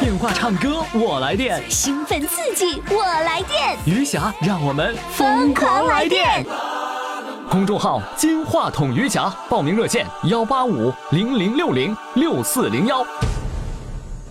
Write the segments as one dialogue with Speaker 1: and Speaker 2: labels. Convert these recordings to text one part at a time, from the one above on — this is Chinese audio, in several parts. Speaker 1: 电话唱歌我来电，
Speaker 2: 兴奋刺激，我来电，
Speaker 1: 余霞让我们疯狂来电。公众号“金话筒余霞”，报名热线：幺八五零零六零六四零幺。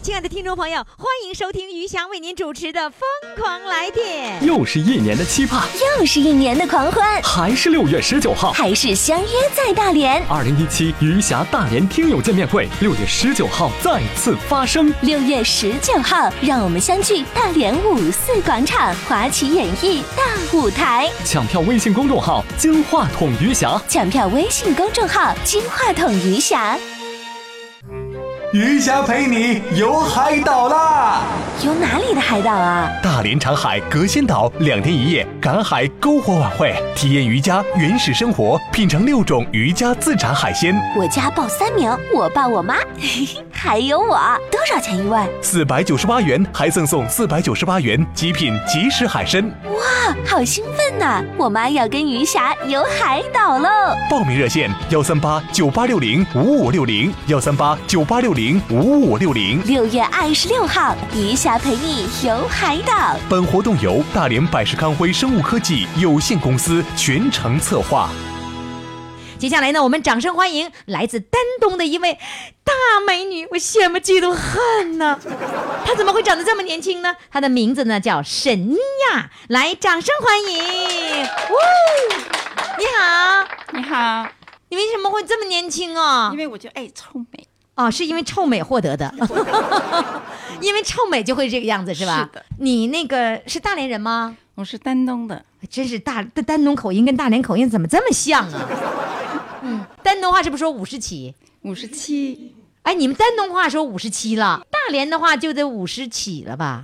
Speaker 3: 亲爱的听众朋友，欢迎收听于翔为您主持的《疯狂来电》。
Speaker 1: 又是一年的期盼，
Speaker 2: 又是一年的狂欢，
Speaker 1: 还是六月十九号。
Speaker 2: 还是相约在大连。
Speaker 1: 二零一七余霞大连听友见面会，六月十九号再次发生。
Speaker 2: 六月十九号，让我们相聚大连五四广场华旗演艺大舞台。
Speaker 1: 抢票微信公众号“金话筒余霞
Speaker 2: 抢票微信公众号“金话筒余霞
Speaker 4: 余霞陪你游海岛啦！”。
Speaker 2: 有哪里的海岛啊？
Speaker 4: 大连长海隔仙岛两天一夜赶海篝火晚会，体验渔家原始生活，品尝六种渔家自产海鲜，
Speaker 2: 我家报三名，我爸、我妈， 还有我。多少钱一位？
Speaker 4: 四百九十八元还赠送四百九十八元极品即食海参。
Speaker 2: 啊，好兴奋呐、我妈要跟余霞游海岛喽！
Speaker 4: 报名热线：幺三八九八六零五五六零，幺三八九八六零五五六零。
Speaker 2: 六月二十六号，余霞陪你游海岛。
Speaker 4: 本活动由大连百世康辉生物科技有限公司全程策划。
Speaker 3: 接下来呢，我们掌声欢迎来自丹东的一位大美女，我羡慕嫉妒 恨呐、她怎么会长得这么年轻呢？她的名字呢叫沈亚，来，掌声欢迎！呜，你好，
Speaker 5: 你好，
Speaker 3: 你为什么会这么年轻啊
Speaker 5: 因？为我就爱臭美，
Speaker 3: 哦，是因为臭美获 得的，因为臭美就会这个样子是吧？
Speaker 5: 是的。
Speaker 3: 你那个是大连人吗？
Speaker 5: 我是丹东的，
Speaker 3: 真是大丹丹东口音跟大连口音怎么这么像啊？嗯，丹东话是不是说五十起？
Speaker 5: 五十七，
Speaker 3: 哎，你们丹东话说五十七了，大连的话就得五十起了 吧？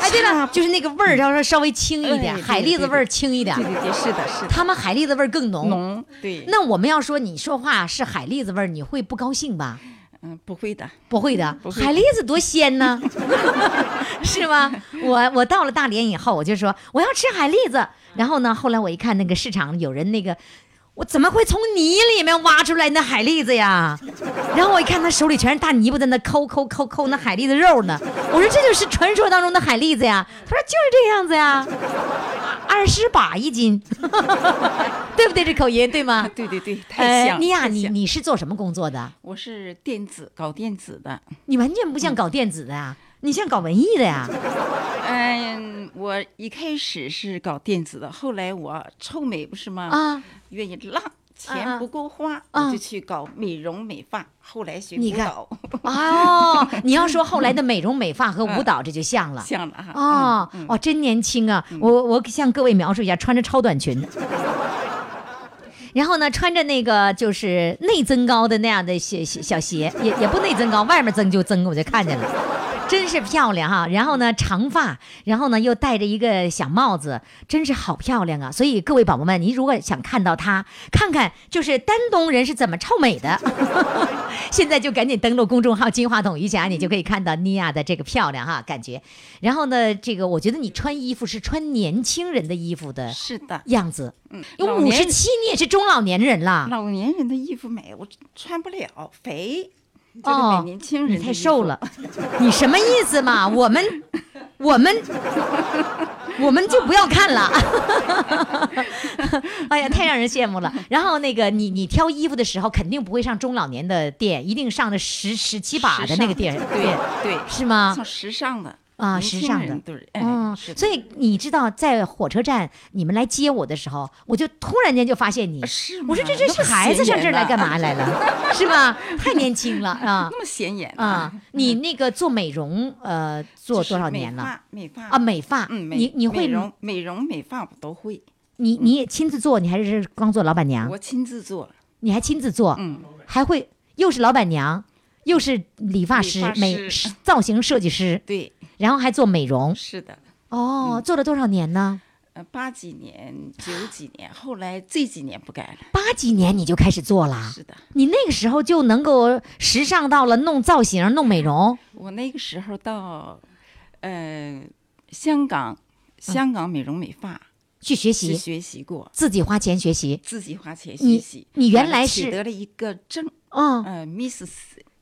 Speaker 3: 哎，对了，就是那个味儿，要说稍微轻一
Speaker 5: 哎
Speaker 3: 点，
Speaker 5: 对
Speaker 3: 海蛎子味儿轻一点
Speaker 5: 对，对对，是的，是的，
Speaker 3: 他们海蛎子味儿更浓。
Speaker 5: 浓，对，
Speaker 3: 那我们要说你说话是海蛎子味儿，你会不高兴吧？
Speaker 5: 嗯，不会的，
Speaker 3: 不会的，
Speaker 5: 嗯不会
Speaker 3: 海蛎子多鲜 呢，是吧？我我到了大连以后，我就说我要吃海蛎
Speaker 5: 嗯
Speaker 3: 子，然后呢，后来我一看那个市场有人那个，我怎么会从泥里面挖出来那海蛎 子呀？然后我一看他手里全是大泥巴，在那抠抠抠抠那海蛎子肉呢，我说这就是传说当中的海蛎子呀。他说就是这样子 呀，二十把一斤， 对不对？这口音对吗
Speaker 5: 啊，？ 对对对，太
Speaker 3: 呃，
Speaker 5: 像。
Speaker 3: 妮娅，
Speaker 5: 太
Speaker 3: 你
Speaker 5: 像
Speaker 3: 你是做什么工作的？
Speaker 5: 我是电子搞电子的，
Speaker 3: 你完全不像搞电子的呀、你像搞文艺的呀。
Speaker 5: 嗯，我一开始是搞电子的，后来我臭美不是吗？
Speaker 3: 啊，
Speaker 5: 愿意浪，
Speaker 3: 啊
Speaker 5: 钱不够花，
Speaker 3: 啊
Speaker 5: 我就去搞美容美发，后来学
Speaker 3: 你
Speaker 5: 舞
Speaker 3: 看
Speaker 5: 蹈，
Speaker 3: 哦，你要说后来的美容美发和舞蹈，这就像了。
Speaker 5: 嗯像了哈。
Speaker 3: 哦
Speaker 5: 嗯嗯嗯
Speaker 3: 哦，真年轻啊！我我向各位描述一下，穿着超短裙，然后呢，穿着那个就是内增高的那样的鞋鞋小鞋，也也不内增高，外面增就增，我就看见了，真是漂亮哈、然后呢，长发，然后呢又戴着一个小帽子，真是好漂亮啊！所以各位宝宝们，你如果想看到她，看看就是丹东人是怎么臭美的。 现在就赶紧登录公众号“金话筒瑜伽”，你就可以看到妮亚的这个漂亮哈感觉。然后呢，这个我觉得你穿衣服是穿年轻人的衣服的
Speaker 5: 是的，
Speaker 3: 样子，
Speaker 5: 嗯，
Speaker 3: 因为
Speaker 5: 老
Speaker 3: 五
Speaker 5: 年
Speaker 3: 十
Speaker 5: 人
Speaker 3: 七你也是中老年人啦。
Speaker 5: 老年人的衣服美，我穿不了，肥，就是
Speaker 3: 哦
Speaker 5: 美年轻人的衣
Speaker 3: 你
Speaker 5: 服、
Speaker 3: 太瘦了，你什么意思嘛？我们，我们，我们就不要看了。 哎呀，太让人羡慕了。然后那个你，你挑衣服的时候肯定不会上中老年的店，一定上的十十七把
Speaker 5: 时
Speaker 3: 的
Speaker 5: 尚，
Speaker 3: 那个店，
Speaker 5: 对对，
Speaker 3: 是吗？
Speaker 5: 像时尚的
Speaker 3: 啊
Speaker 5: 年
Speaker 3: 时
Speaker 5: 轻
Speaker 3: 尚
Speaker 5: 人
Speaker 3: 的
Speaker 5: 对，
Speaker 3: 嗯
Speaker 5: 哎，，是的
Speaker 3: 所以你知道，在火车站你们来接我的时候，我就突然间就发现你，
Speaker 5: 啊是
Speaker 3: 我说
Speaker 5: 吗
Speaker 3: 这这
Speaker 5: 那么
Speaker 3: 孩子
Speaker 5: 显
Speaker 3: 上这儿
Speaker 5: 眼
Speaker 3: 来
Speaker 5: 呢
Speaker 3: 干嘛来了， 是吧？太年轻了 啊
Speaker 5: 那么显眼
Speaker 3: 啊！你那个做美容，呃，做多少年了？？
Speaker 5: 嗯就是美发，美发
Speaker 3: 啊，美发，
Speaker 5: 嗯，美
Speaker 3: 你你
Speaker 5: 美
Speaker 3: 会，
Speaker 5: 容、美容、美发我都会，
Speaker 3: 你你也亲自做，你还是光做老板娘？
Speaker 5: 我亲自做，
Speaker 3: 你还亲自做，
Speaker 5: 嗯，
Speaker 3: 还会又是老板娘，又是理发
Speaker 5: 理
Speaker 3: 师
Speaker 5: 发、
Speaker 3: 美
Speaker 5: 师
Speaker 3: 造型设计师，
Speaker 5: 对，
Speaker 3: 然后还做美容。
Speaker 5: 是嗯的。
Speaker 3: 哦，做了多少年呢？
Speaker 5: 呃，八几年、九几年，后来这几年不干了。
Speaker 3: 八几年你就开始做了？
Speaker 5: 是的，
Speaker 3: 你那个时候就能够时尚到了弄造型、弄美容，
Speaker 5: 我那个时候到，呃，香港，香港美容美发
Speaker 3: 嗯去学
Speaker 5: 去
Speaker 3: 习，
Speaker 5: 学习过，
Speaker 3: 自己花钱学习。
Speaker 5: 自己花钱
Speaker 3: 你
Speaker 5: 学习。
Speaker 3: 你原
Speaker 5: 完了
Speaker 3: 来
Speaker 5: 取
Speaker 3: 是
Speaker 5: 得了一个证，
Speaker 3: 嗯，
Speaker 5: 呃，Miss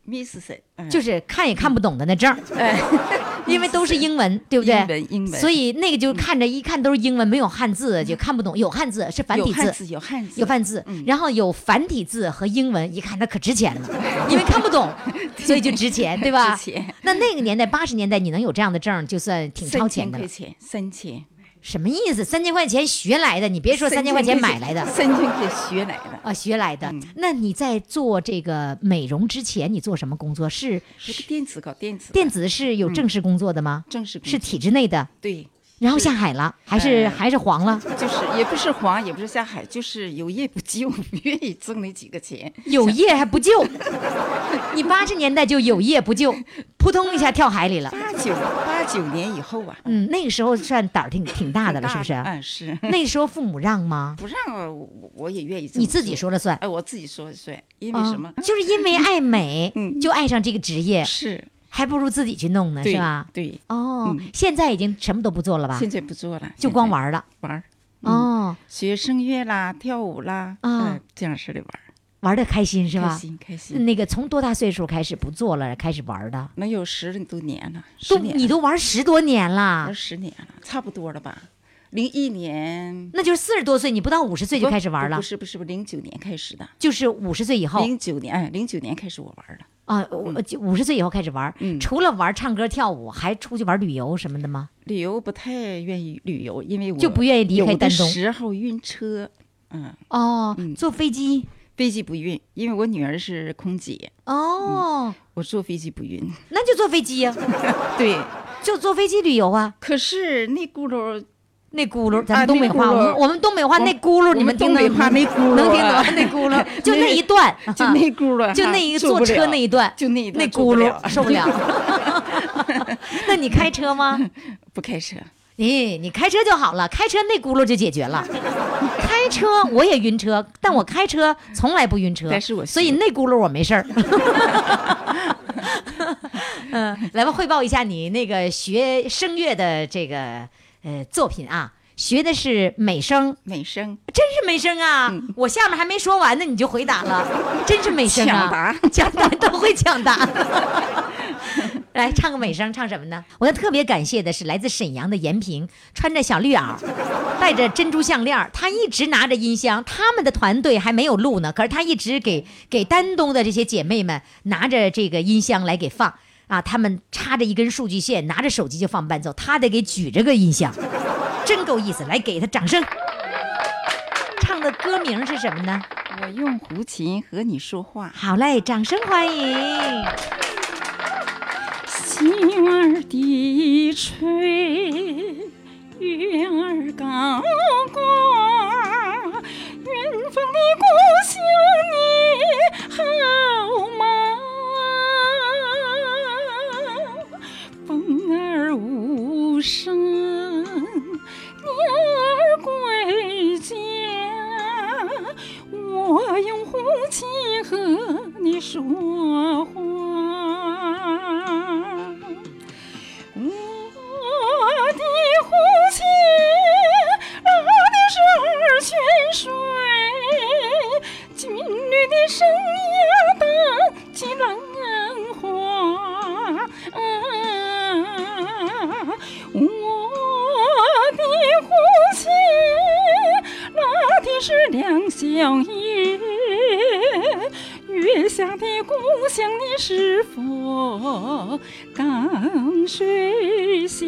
Speaker 5: Mississon，嗯
Speaker 3: 就是看也看不懂的那证儿，
Speaker 5: 哎，
Speaker 3: 因为都是英文，对不对？
Speaker 5: 英文英文嗯
Speaker 3: 所以那个就看着一看都是英文，没有汉字就看不懂，有汉字是繁
Speaker 5: 有
Speaker 3: 体
Speaker 5: 汉
Speaker 3: 字
Speaker 5: 字，有汉字，
Speaker 3: 有汉字
Speaker 5: 嗯，
Speaker 3: 然后有繁体字和英文，一看那可值钱了，因为看 不懂，所以就值钱，对吧？
Speaker 5: 值钱。
Speaker 3: 那那个年代八十年代，你能有这样的证儿，就算挺超
Speaker 5: 三
Speaker 3: 前
Speaker 5: 千
Speaker 3: 的了
Speaker 5: 块。钱，三千，
Speaker 3: 什么意思？三千块钱学来的，你别说三千块钱买来的
Speaker 5: 三千块钱学来的。
Speaker 3: 啊，学来的
Speaker 5: 嗯。
Speaker 3: 那你在做这个美容之前，你做什么工作？是
Speaker 5: 这个电子搞电子的，嗯
Speaker 3: 电子是有正式工作的吗？
Speaker 5: 正式工作
Speaker 3: 是体制内的，
Speaker 5: 对，
Speaker 3: 然后下海了，还是
Speaker 5: 呃
Speaker 3: 还是 黄了？
Speaker 5: 就是也不是黄，也不是下海，就是有业不饥，我不愿意挣那几个钱。
Speaker 3: 有业还 不救，你八十年代就有业不救，扑通一下跳海里了。
Speaker 5: 八九八九年以后啊，
Speaker 3: 嗯，那个时候算胆儿挺挺大的了，是不是？
Speaker 5: 嗯，是
Speaker 3: 那时候父母让吗？
Speaker 5: 不让啊我我也愿意这么做。
Speaker 3: 你自己说了算。
Speaker 5: 哎，我自己说了算，因为
Speaker 3: 啊
Speaker 5: 什么？
Speaker 3: 就是因为爱美，
Speaker 5: 嗯
Speaker 3: 就爱上这个职业，
Speaker 5: 是
Speaker 3: 还不如自己去弄呢，
Speaker 5: 对
Speaker 3: 是吧？
Speaker 5: 对，
Speaker 3: 哦
Speaker 5: 嗯，
Speaker 3: 现在已经什么都不做了吧？
Speaker 5: 现在不做了，
Speaker 3: 就光玩儿了。
Speaker 5: 现在玩儿，
Speaker 3: 哦，
Speaker 5: 学声乐啦、跳舞啦，
Speaker 3: 啊
Speaker 5: 嗯，这样式的玩儿，
Speaker 3: 玩的开心是
Speaker 5: 开
Speaker 3: 吧？
Speaker 5: 心开心。
Speaker 3: 那个从多大岁数开始不做了，开始玩的？
Speaker 5: 能有十多年了，十
Speaker 3: 都
Speaker 5: 年
Speaker 3: 你
Speaker 5: 了
Speaker 3: 都玩十多年
Speaker 5: 玩
Speaker 3: 了
Speaker 5: 儿，十年了，差不多了吧？零一年
Speaker 3: 那就是四十多岁，你不到五十岁就开始玩
Speaker 5: 不
Speaker 3: 了
Speaker 5: 不，是不是不是，零九年开始的，
Speaker 3: 就是五十岁以后
Speaker 5: 零九年哎，零九年开始我玩儿了，
Speaker 3: 啊，我就五十岁以后开始玩。
Speaker 5: 嗯
Speaker 3: 除了玩唱歌跳舞，还出去玩旅游什么的吗？
Speaker 5: 旅游不太愿意旅游，因为我
Speaker 3: 就不愿意离开
Speaker 5: 有的
Speaker 3: 丹东
Speaker 5: 时候晕车，嗯，
Speaker 3: 哦，
Speaker 5: 嗯
Speaker 3: 坐飞机
Speaker 5: 飞机不晕，因为我女儿是空姐，
Speaker 3: 哦，
Speaker 5: 我坐飞机不晕。
Speaker 3: 那就坐飞机呀、
Speaker 5: 对，
Speaker 3: 就坐飞机旅游啊。
Speaker 5: 可是那轱辘
Speaker 3: 那咕噜，咱
Speaker 5: 啊
Speaker 3: 们东北话，
Speaker 5: 那咕噜
Speaker 3: 我们我们东北话
Speaker 5: 我
Speaker 3: 那咕噜，
Speaker 5: 我
Speaker 3: 你们
Speaker 5: 们
Speaker 3: 听
Speaker 5: 东北
Speaker 3: 得
Speaker 5: 话那轱辘
Speaker 3: 能听懂吗
Speaker 5: 啊
Speaker 3: 那咕噜，就
Speaker 5: 那
Speaker 3: 那一段，
Speaker 5: 就
Speaker 3: 啊
Speaker 5: 那轱辘哈，
Speaker 3: 就那一个
Speaker 5: 坐
Speaker 3: 坐
Speaker 5: 不
Speaker 3: 车
Speaker 5: 了
Speaker 3: 那一段，
Speaker 5: 就那一
Speaker 3: 那
Speaker 5: 段坐
Speaker 3: 咕
Speaker 5: 不
Speaker 3: 噜
Speaker 5: 了
Speaker 3: 受不了。 那你开车吗？
Speaker 5: 不开车，
Speaker 3: 哎你你开车就好了，开车那轱辘就解决了。 开车我也晕车，但我开车从来不晕车，
Speaker 5: 但是我
Speaker 3: 所以
Speaker 5: 是
Speaker 3: 那轱辘我没 事儿。嗯，来吧，汇报一下你那个学声乐的这个呃作品啊，学的是美声，
Speaker 5: 美声嗯
Speaker 3: 真是美声啊！我下面还没说完呢，你就回答了，真是美声
Speaker 5: 抢
Speaker 3: 啊！
Speaker 5: 答，
Speaker 3: 抢答都会抢答。来唱个美声，唱什么呢？我要特别感谢的是来自沈阳的严平，穿着小绿 袄，戴着珍珠项链儿，他一直拿着音箱。他们的团队还没有录呢，可是他一直给给丹东的这些姐妹们拿着这个音箱来给放啊。他们插着一根数据线，拿着手机就放伴奏，他得给举着个 音箱，真够意思。来，给他掌声。唱的歌名是什么呢？
Speaker 5: 我用胡琴和你说话。
Speaker 3: 好嘞，掌声欢迎。
Speaker 5: 星儿低垂，月儿高挂，远方的故乡你好吗？风儿无声，鸟儿归家，我用胡琴和你说话。我的呼吸，我的手儿泉水，军旅的生涯荡起浪花。啊我的呼吸，拉的是两小夜，月下的故乡，你是否刚睡下？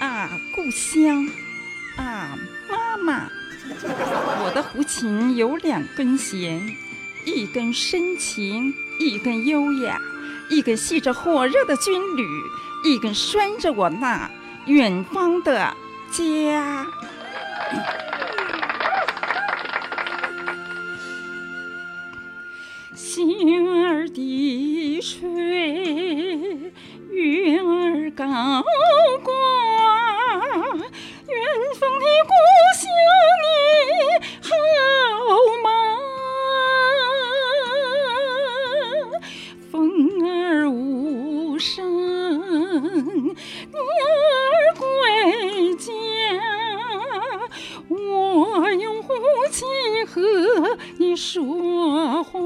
Speaker 5: 啊，故乡，啊，妈妈，我的胡琴有两根弦，一根深情，一根优雅，一根系着火热的军旅，一根拴着我那远方的家。星儿低垂，月儿高挂，远方的故乡你好吗？风儿无声，鸟儿说话，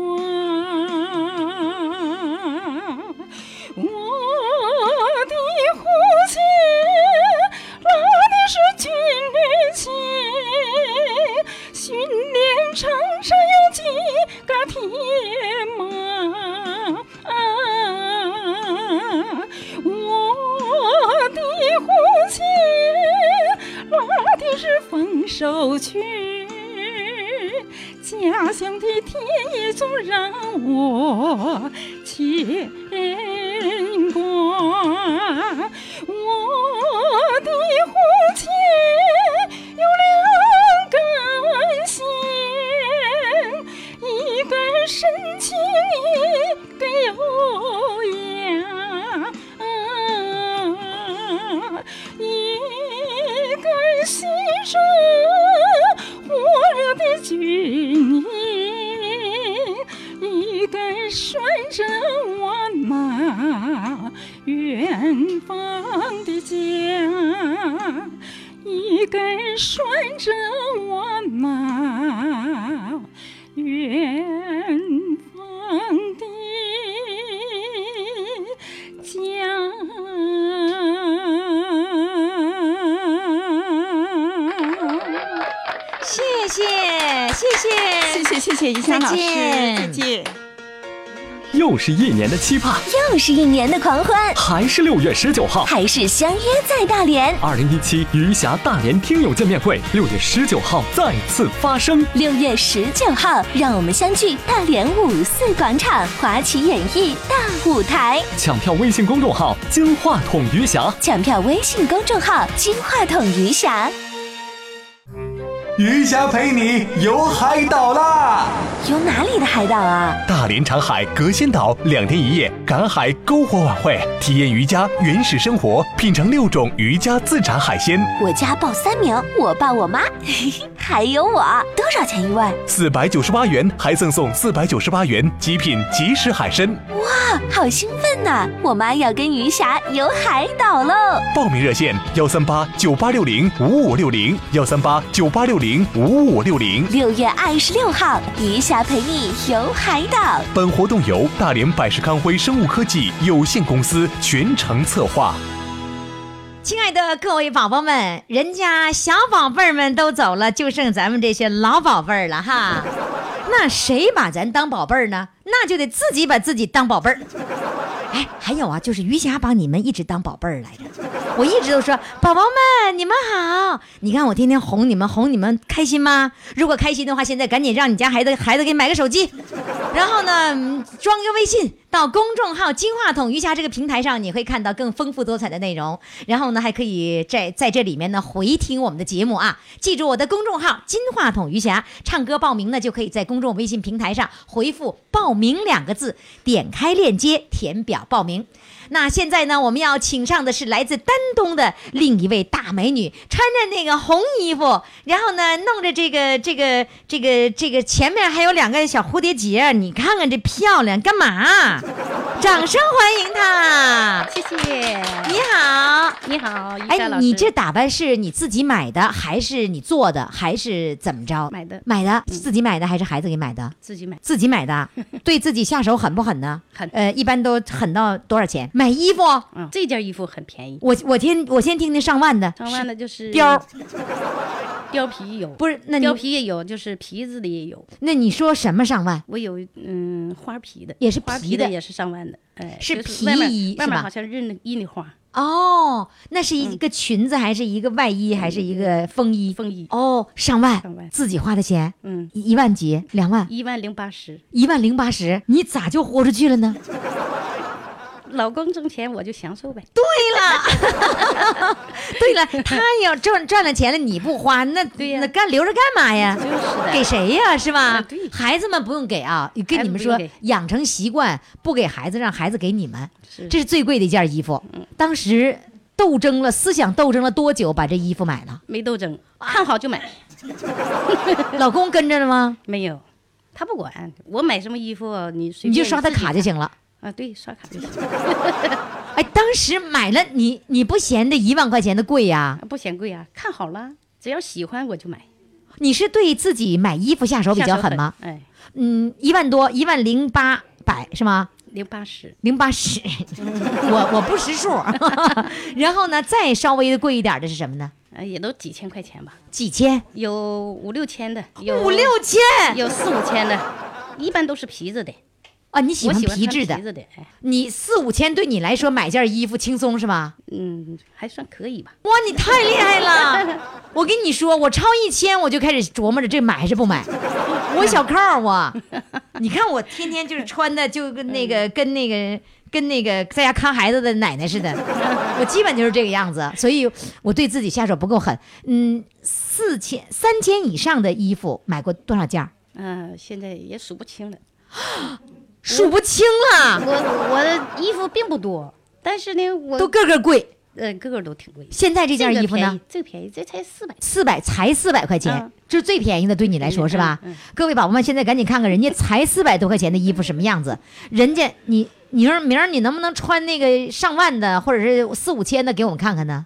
Speaker 5: 我的胡琴拉的是军旅琴，训练场上有几个铁马。我的胡琴拉的是丰收曲，家乡的田野总让我牵挂。我的胡琴有两根弦，一根深情，一根悠扬。一根细数火热的军营，一根拴着我那远方的家，一根拴着我那远方的家。
Speaker 3: 谢谢谢谢
Speaker 5: 谢谢谢谢于谦老师，
Speaker 3: 再见
Speaker 5: 再见。
Speaker 1: 又是一年的期盼，
Speaker 2: 又是一年的狂欢，
Speaker 1: 还是六月十九号。
Speaker 2: 还是相约在大连。
Speaker 1: 二零一七余霞大连听友见面会，六月十九号再次发生。
Speaker 2: 六月十九号，让我们相聚大连五四广场华旗演艺大舞台。
Speaker 1: 抢票微信公众号“金话筒余霞
Speaker 2: 抢票微信公众号“金话筒余霞
Speaker 4: 余霞陪你游海岛啦！”。
Speaker 2: 有哪里的海岛啊？
Speaker 4: 大连长海隔仙岛两天一夜赶海篝火晚会，体验渔家原始生活，品尝六种渔家自产海鲜，
Speaker 2: 我家报三名，我爸、我妈， 嘿嘿，还有我。多少钱一位？
Speaker 4: 四百九十八元还赠送四百九十八元极品即食海参。
Speaker 2: 啊，好兴奋呐、我妈要跟余霞游海岛喽！
Speaker 4: 报名热线：幺三八九八六零五五六零，幺三八九八六零五五六零。
Speaker 2: 六月二十六号，余霞陪你游海岛。
Speaker 4: 本活动由大连百世康辉生物科技有限公司全程策划。
Speaker 3: 亲爱的各位宝宝们，人家小宝贝儿们都走了，就剩咱们这些老宝贝儿了哈。那谁把咱当宝贝儿呢？那就得自己把自己当宝贝儿。哎，还有啊，就是余霞把你们一直当宝贝儿来着。 我一直都说宝宝们，你们好。你看我天天哄你们，哄你们开心吗？如果开心的话，现在赶紧让你家孩子孩子给买个手机，然后呢，嗯装个微信到公众号“金话筒余霞”这个平台上，你会看到更丰富多彩的内容。然后呢，还可以在在这里面呢回听我们的节目啊。记住我的公众号“金话筒余霞”，唱歌报名呢就可以在公众微信平台上回复“报名”两个字，点开链接填表报名。那现在呢，我们要请上的是来自丹东的另一位大美女，穿着那个红衣服，然后呢，弄着这个这个这个这个前面还有两个小蝴蝶结，你看看这漂亮，干嘛？掌声欢迎她！
Speaker 6: 谢谢，
Speaker 3: 你好，
Speaker 6: 你好，于
Speaker 3: 哎
Speaker 6: 山老，师。
Speaker 3: 你这打扮是你自己买的，还是你做的，还是怎么着？
Speaker 6: 买的嗯
Speaker 3: 买的，自己买的还是孩子给买的？
Speaker 6: 自己买，
Speaker 3: 自己买 的，对自己下手狠不狠呢？
Speaker 6: 狠
Speaker 3: 呃，一般都狠到多少钱？买衣服，
Speaker 6: 嗯，这件衣服很便宜，
Speaker 3: 我我先我先听听上万的，
Speaker 6: 上万的就是
Speaker 3: 貂，
Speaker 6: 貂皮有，
Speaker 3: 不
Speaker 6: 是
Speaker 3: 是？那你
Speaker 6: 貂皮也有，就是皮子的也有。
Speaker 3: 那你说什么上万？
Speaker 6: 我有嗯花皮的，
Speaker 3: 也是
Speaker 6: 花
Speaker 3: 皮
Speaker 6: 皮
Speaker 3: 的
Speaker 6: 也是上万的，哎，
Speaker 3: 是
Speaker 6: 就是
Speaker 3: 皮
Speaker 6: 外
Speaker 3: 衣
Speaker 6: 面外
Speaker 3: 是吧
Speaker 6: 面好像印了印的花
Speaker 3: 哦，那是
Speaker 6: 嗯
Speaker 3: 一个裙子，还是一个外衣，还是一个风衣？
Speaker 6: 风衣，
Speaker 3: 哦，上万，
Speaker 6: 上万
Speaker 3: 自己花的钱，
Speaker 6: 嗯，
Speaker 3: 一一万几，两万，
Speaker 6: 一万零八十。
Speaker 3: 一万零八十，你咋就豁出去了呢？
Speaker 6: 老公挣钱我就享受呗，
Speaker 3: 对了，他要赚赚了钱了，你不花，那
Speaker 6: 对呀
Speaker 3: 那干留着干嘛呀？
Speaker 6: 就是的。
Speaker 3: 给谁呀？是吧
Speaker 6: 嗯对？
Speaker 3: 孩子们不用给啊，跟你们说
Speaker 6: 孩子不用，
Speaker 3: 养成习惯，不给孩子，让孩子给你们，
Speaker 6: 是嗯
Speaker 3: 这是最贵的一件衣服。当时斗争了，思想斗争了多久，把这衣服买了？
Speaker 6: 没斗争，看好就买，
Speaker 3: 啊老公跟着了吗？
Speaker 6: 嗯没有， 他不管我买什么衣服，你随
Speaker 3: 你就
Speaker 6: 便
Speaker 3: 刷他
Speaker 6: 自己
Speaker 3: 卡就
Speaker 6: 看
Speaker 3: 行了。
Speaker 6: 啊，对，刷卡就行，
Speaker 3: 哎，当时买了你，你不嫌这一万块钱的贵呀、
Speaker 6: 啊不嫌贵啊，看好了，只要喜欢我就买。
Speaker 3: 你是对自己买衣服下手比较狠吗？
Speaker 6: 哎，
Speaker 3: 嗯，一万多，一万零八百是吗？
Speaker 6: 零八十，
Speaker 3: 零八十，我我不识数。 然后呢，再稍微的贵一点的是什么呢？
Speaker 6: 呃，也都几千块钱吧，
Speaker 3: 几千，
Speaker 6: 有五六千的，有
Speaker 3: 五六千
Speaker 6: 有四五千的，一般都是皮子的。
Speaker 3: 啊！你喜
Speaker 6: 我
Speaker 3: 欢
Speaker 6: 喜欢
Speaker 3: 皮
Speaker 6: 穿
Speaker 3: 质
Speaker 6: 皮
Speaker 3: 的，
Speaker 6: 子的，哎，
Speaker 3: 你四五千对你来说买件衣服轻松是吧？
Speaker 6: 嗯，还算可以吧。
Speaker 3: 哇，你太厉害了！我跟你说，我超一千我就开始琢磨着这买还是不买。我小扣儿我，你看我天天就是穿的就跟那个跟那个跟那个在家看孩子的奶奶似的，我基本就是这个样子，所以我对自己下手不够狠。嗯，四千三千以上的衣服买过多少件儿？
Speaker 6: 嗯、现在也数不清了。
Speaker 3: 数不清啊了，
Speaker 6: 我我的衣服并不多，但是呢，我
Speaker 3: 都个个贵。
Speaker 6: 呃个个都挺贵。
Speaker 3: 现在这
Speaker 6: 这
Speaker 3: 件
Speaker 6: 个
Speaker 3: 衣服
Speaker 6: 便
Speaker 3: 呢
Speaker 6: 宜，？这个便宜，这才四百。
Speaker 3: 四百才四百块钱
Speaker 6: 嗯，
Speaker 3: 这是最便宜的，对你来说是吧？
Speaker 6: 嗯嗯
Speaker 3: 各位宝宝们，现在赶紧看看人家才四百多块钱的衣服什么样子，人家你你说明儿你能不能穿那个上万的或者是四五千的给我们看看 呢？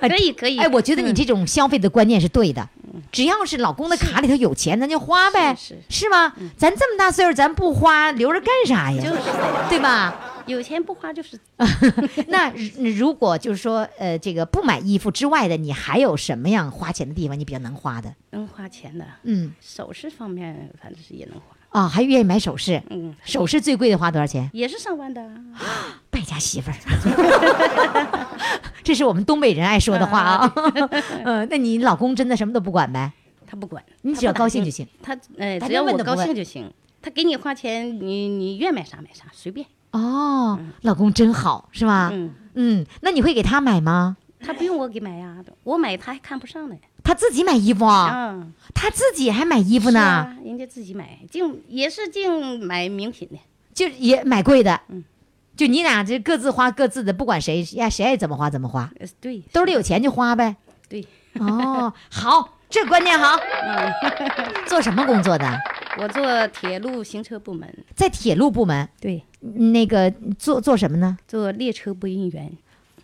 Speaker 6: 可以可以。
Speaker 3: 哎，我觉得你
Speaker 6: 嗯
Speaker 3: 这种消费的观念是对的，只要是老公的卡里头有钱，咱就花呗，
Speaker 6: 是嗯
Speaker 3: 吗？咱这么大岁数，咱不花留着干啥呀？
Speaker 6: 就是的呀
Speaker 3: 对吧？
Speaker 6: 有钱不花就是
Speaker 3: 那如如果就是说，呃，这个不买衣服之外的，你还有什么样花钱的地方你比较能花的？
Speaker 6: 能花钱的。
Speaker 3: 嗯，
Speaker 6: 首饰方面反正是也能花，
Speaker 3: 啊、还愿意买首饰。
Speaker 6: 嗯，
Speaker 3: 首饰最贵的花多少钱？
Speaker 6: 也是上万的啊。
Speaker 3: 败家媳妇儿， 这是我们东北人爱说的话啊。
Speaker 6: 嗯
Speaker 3: 呃，那你老公真的什么都不管呗？
Speaker 6: 他不管，
Speaker 3: 你
Speaker 6: 他
Speaker 3: 只要
Speaker 6: 不打
Speaker 3: 高兴
Speaker 6: 听
Speaker 3: 就行。
Speaker 6: 他哎，
Speaker 3: 他
Speaker 6: 只
Speaker 3: 连
Speaker 6: 要
Speaker 3: 问
Speaker 6: 我
Speaker 3: 都不
Speaker 6: 高
Speaker 3: 问
Speaker 6: 兴就行。他给你花钱，你你愿买啥买啥，随便。
Speaker 3: 哦，老公真好，是吧？
Speaker 6: 嗯，
Speaker 3: 嗯，那你会给他买吗？
Speaker 6: 他不用我给买呀，我买他还看不上呢。
Speaker 3: 他自己买衣服啊？
Speaker 6: 啊，
Speaker 3: 他自己还买衣服
Speaker 6: 是
Speaker 3: 呢？
Speaker 6: 啊，人家自己买，净也是净买名品的。
Speaker 3: 就也买贵的。
Speaker 6: 嗯
Speaker 3: 就你俩这各自花各自的，不管谁呀，谁爱怎么花怎么花，
Speaker 6: 呃对，
Speaker 3: 兜里有钱就花呗。
Speaker 6: 对，嗯
Speaker 3: 哦，好，这观念好。做什么工作的？
Speaker 6: 我做铁路行车部门，
Speaker 3: 在铁路部门，
Speaker 6: 对，
Speaker 3: 那个做做什么呢？
Speaker 6: 做列车播音员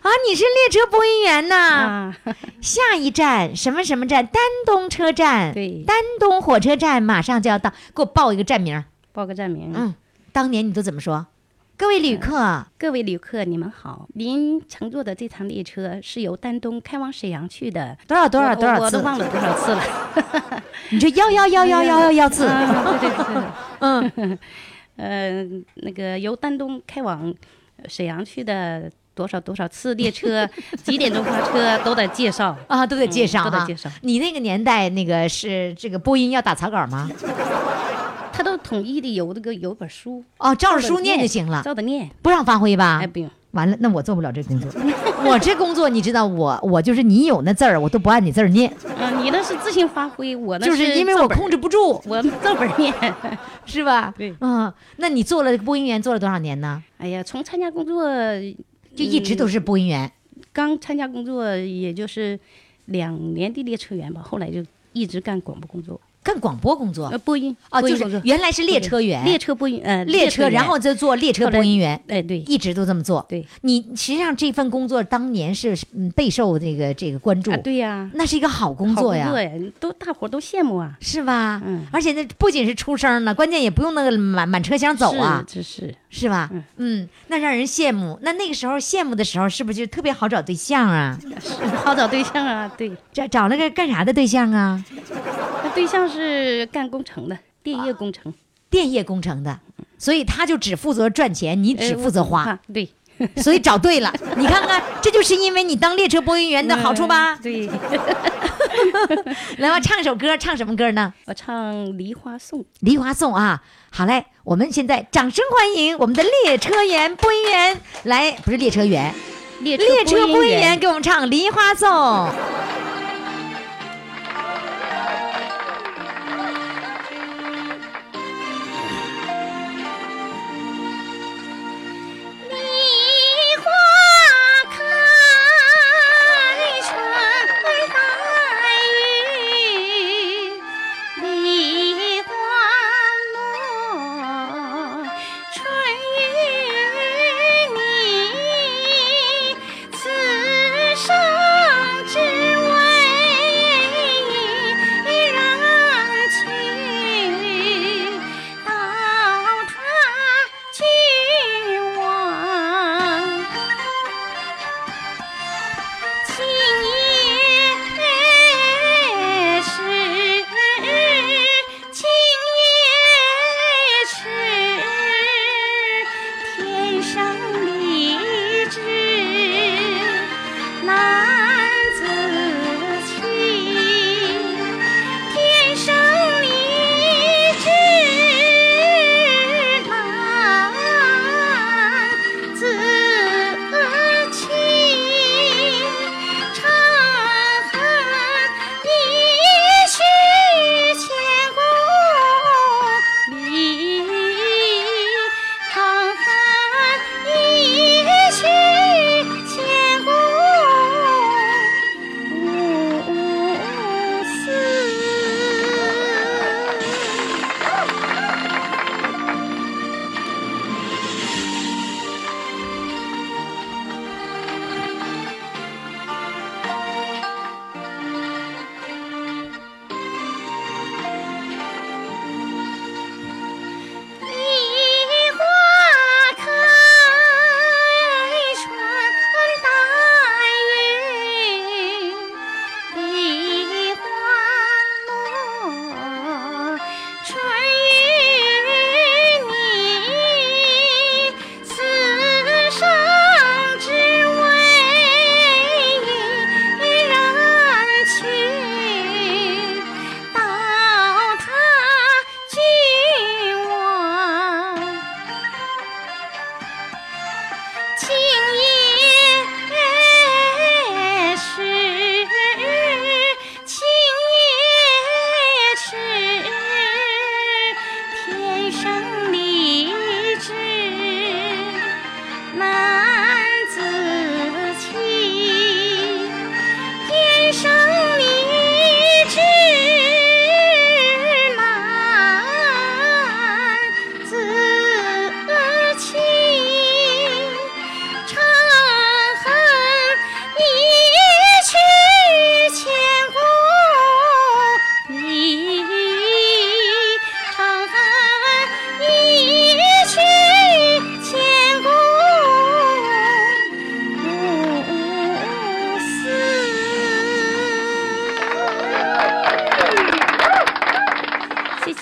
Speaker 3: 啊，你是列车播音员呐？
Speaker 6: 啊，
Speaker 3: 下一站什么什么站？丹东车站。
Speaker 6: 对
Speaker 3: 丹东火车站马上就要到，给我报一个站名儿。
Speaker 6: 报个站名。
Speaker 3: 嗯，当年你都怎么说？各位旅
Speaker 6: 哎
Speaker 3: 客，
Speaker 6: 各位旅客，你们好！您乘坐的这趟列车是由丹东开往沈阳去的，
Speaker 3: 多少多少
Speaker 6: 我
Speaker 3: 多少次？
Speaker 6: 我都忘了多少次了。
Speaker 3: 你说幺幺幺幺幺幺幺次，
Speaker 6: 啊对对对，嗯，呃，那个由丹东开往沈阳去的多少多少次列车，几点钟发车都得介绍。
Speaker 3: 啊，都得介绍、啊
Speaker 6: 嗯都得介绍
Speaker 3: 你那个年代那个是这个播音要打草稿吗？
Speaker 6: 他都统一的有那个有本书，
Speaker 3: 哦，照着
Speaker 6: 照着
Speaker 3: 书念就行了，
Speaker 6: 照着念。
Speaker 3: 不让发挥吧
Speaker 6: 哎，？不用，
Speaker 3: 完了，那我做不了这工作。 我这工作你知道我，我就是你有那字儿，我都不按你字儿念，
Speaker 6: 嗯，你那是自行发挥，我那
Speaker 3: 就是因为我
Speaker 6: 照本
Speaker 3: 控制不住，
Speaker 6: 我照本念。
Speaker 3: 是吧？
Speaker 6: 对
Speaker 3: 嗯，那你做了播音员做了多少年呢？
Speaker 6: 哎呀，从参加工作
Speaker 3: 就一直都是播音员。
Speaker 6: 刚参加工作，也就是两年的列车员吧，后来就一直干广播工作，
Speaker 3: 干广播工作
Speaker 6: 呃，播音
Speaker 3: 啊，
Speaker 6: 播
Speaker 3: 就
Speaker 6: 音工
Speaker 3: 是
Speaker 6: 作
Speaker 3: 原来是列车员，
Speaker 6: 列车播音，呃，
Speaker 3: 列车，
Speaker 6: 员
Speaker 3: 然后就做列车
Speaker 6: 后来
Speaker 3: 播音员，
Speaker 6: 哎，对，
Speaker 3: 一直都这么做。
Speaker 6: 对，
Speaker 3: 你实际上这份工作当年是嗯备受这个这个关注，
Speaker 6: 啊，对呀，
Speaker 3: 那是一个好工
Speaker 6: 好
Speaker 3: 作呀，
Speaker 6: 工呀，都大伙儿都羡慕啊，
Speaker 3: 是吧？
Speaker 6: 嗯
Speaker 3: 而且那不仅是出声了，关键也不用那个满满车厢走啊，
Speaker 6: 是，这是
Speaker 3: 是吧？嗯
Speaker 6: 嗯
Speaker 3: 那让人羡慕。那那个时候羡慕的时候，是不是就特别好找对象 啊？
Speaker 6: 是好找对象啊，对，
Speaker 3: 找找那个干啥的对象啊？
Speaker 6: 那对象是干工程的，电业工程，
Speaker 3: 电业工程的，所以他就只负责赚钱，你
Speaker 6: 哎
Speaker 3: 只负责花，，
Speaker 6: 我对，
Speaker 3: 所以找对了。你看看，这就是因为你当列车播音员的好处吧
Speaker 6: 嗯？对，
Speaker 3: 来吧，唱首歌，唱什么歌呢？
Speaker 6: 我唱《梨花颂》，
Speaker 3: 《梨花颂》啊，好嘞，我们现在掌声欢迎我们的列车员播音员来，不是列车员，
Speaker 6: 列
Speaker 3: 列车播音员
Speaker 6: 员，
Speaker 3: 给我们唱《梨花颂》。
Speaker 7: 梨花开，春带雨，梨花落，春与你，此生只我。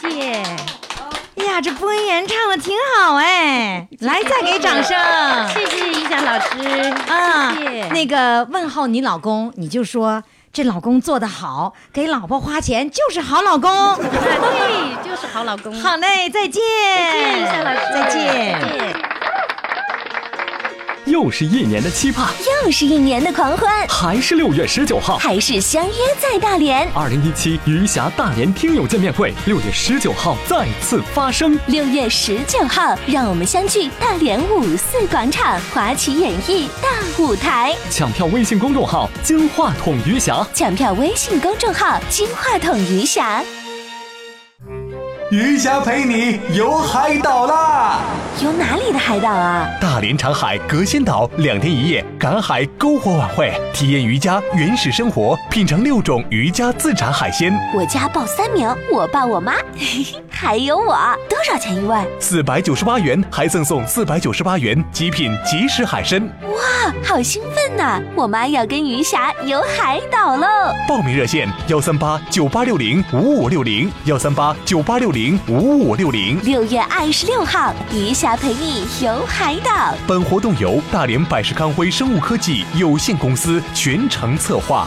Speaker 3: 谢。哎呀，这播音员唱的挺好哎，来，再给掌声。
Speaker 6: 谢谢一翔老师，
Speaker 3: 啊，
Speaker 6: 谢谢。
Speaker 3: 那个问候你老公，你就说这老公做得好，给老婆花钱就是好老 公。
Speaker 6: 对，就是好老公。
Speaker 3: 好嘞，再见，
Speaker 6: 谢谢一翔老师，
Speaker 3: 再见。
Speaker 6: 再见
Speaker 1: 又是一年的期盼，
Speaker 2: 又是一年的狂欢，
Speaker 1: 还是六月十九号，
Speaker 2: 还是相约在大连。
Speaker 1: 二零一七余霞大连听友见面会，六月十九号再次发生。
Speaker 2: 六月十九号，让我们相聚大连五四广场华旗演艺大舞台。
Speaker 1: 抢票微信公众号“金话筒余霞
Speaker 2: 抢票微信公众号“金话筒余霞
Speaker 4: 余霞陪你游海岛啦！”。
Speaker 2: 有哪里的海岛啊？
Speaker 4: 大连长海隔仙岛两天一夜赶海篝火晚会，体验渔家原始生活，品尝六种渔家自产海鲜。
Speaker 2: 我家报三名，我爸、我妈， 还有我。多少钱一位？
Speaker 4: 四百九十八元还赠送四百九十八元极品即食海参。
Speaker 2: 好兴奋呐、我妈要跟余霞游海岛喽！
Speaker 4: 报名热线：幺三八九八六零五五六零，幺三八九八六零五五六零。
Speaker 2: 六月二十六号，余霞陪你游海岛。
Speaker 4: 本活动由大连百世康辉生物科技有限公司全程策划。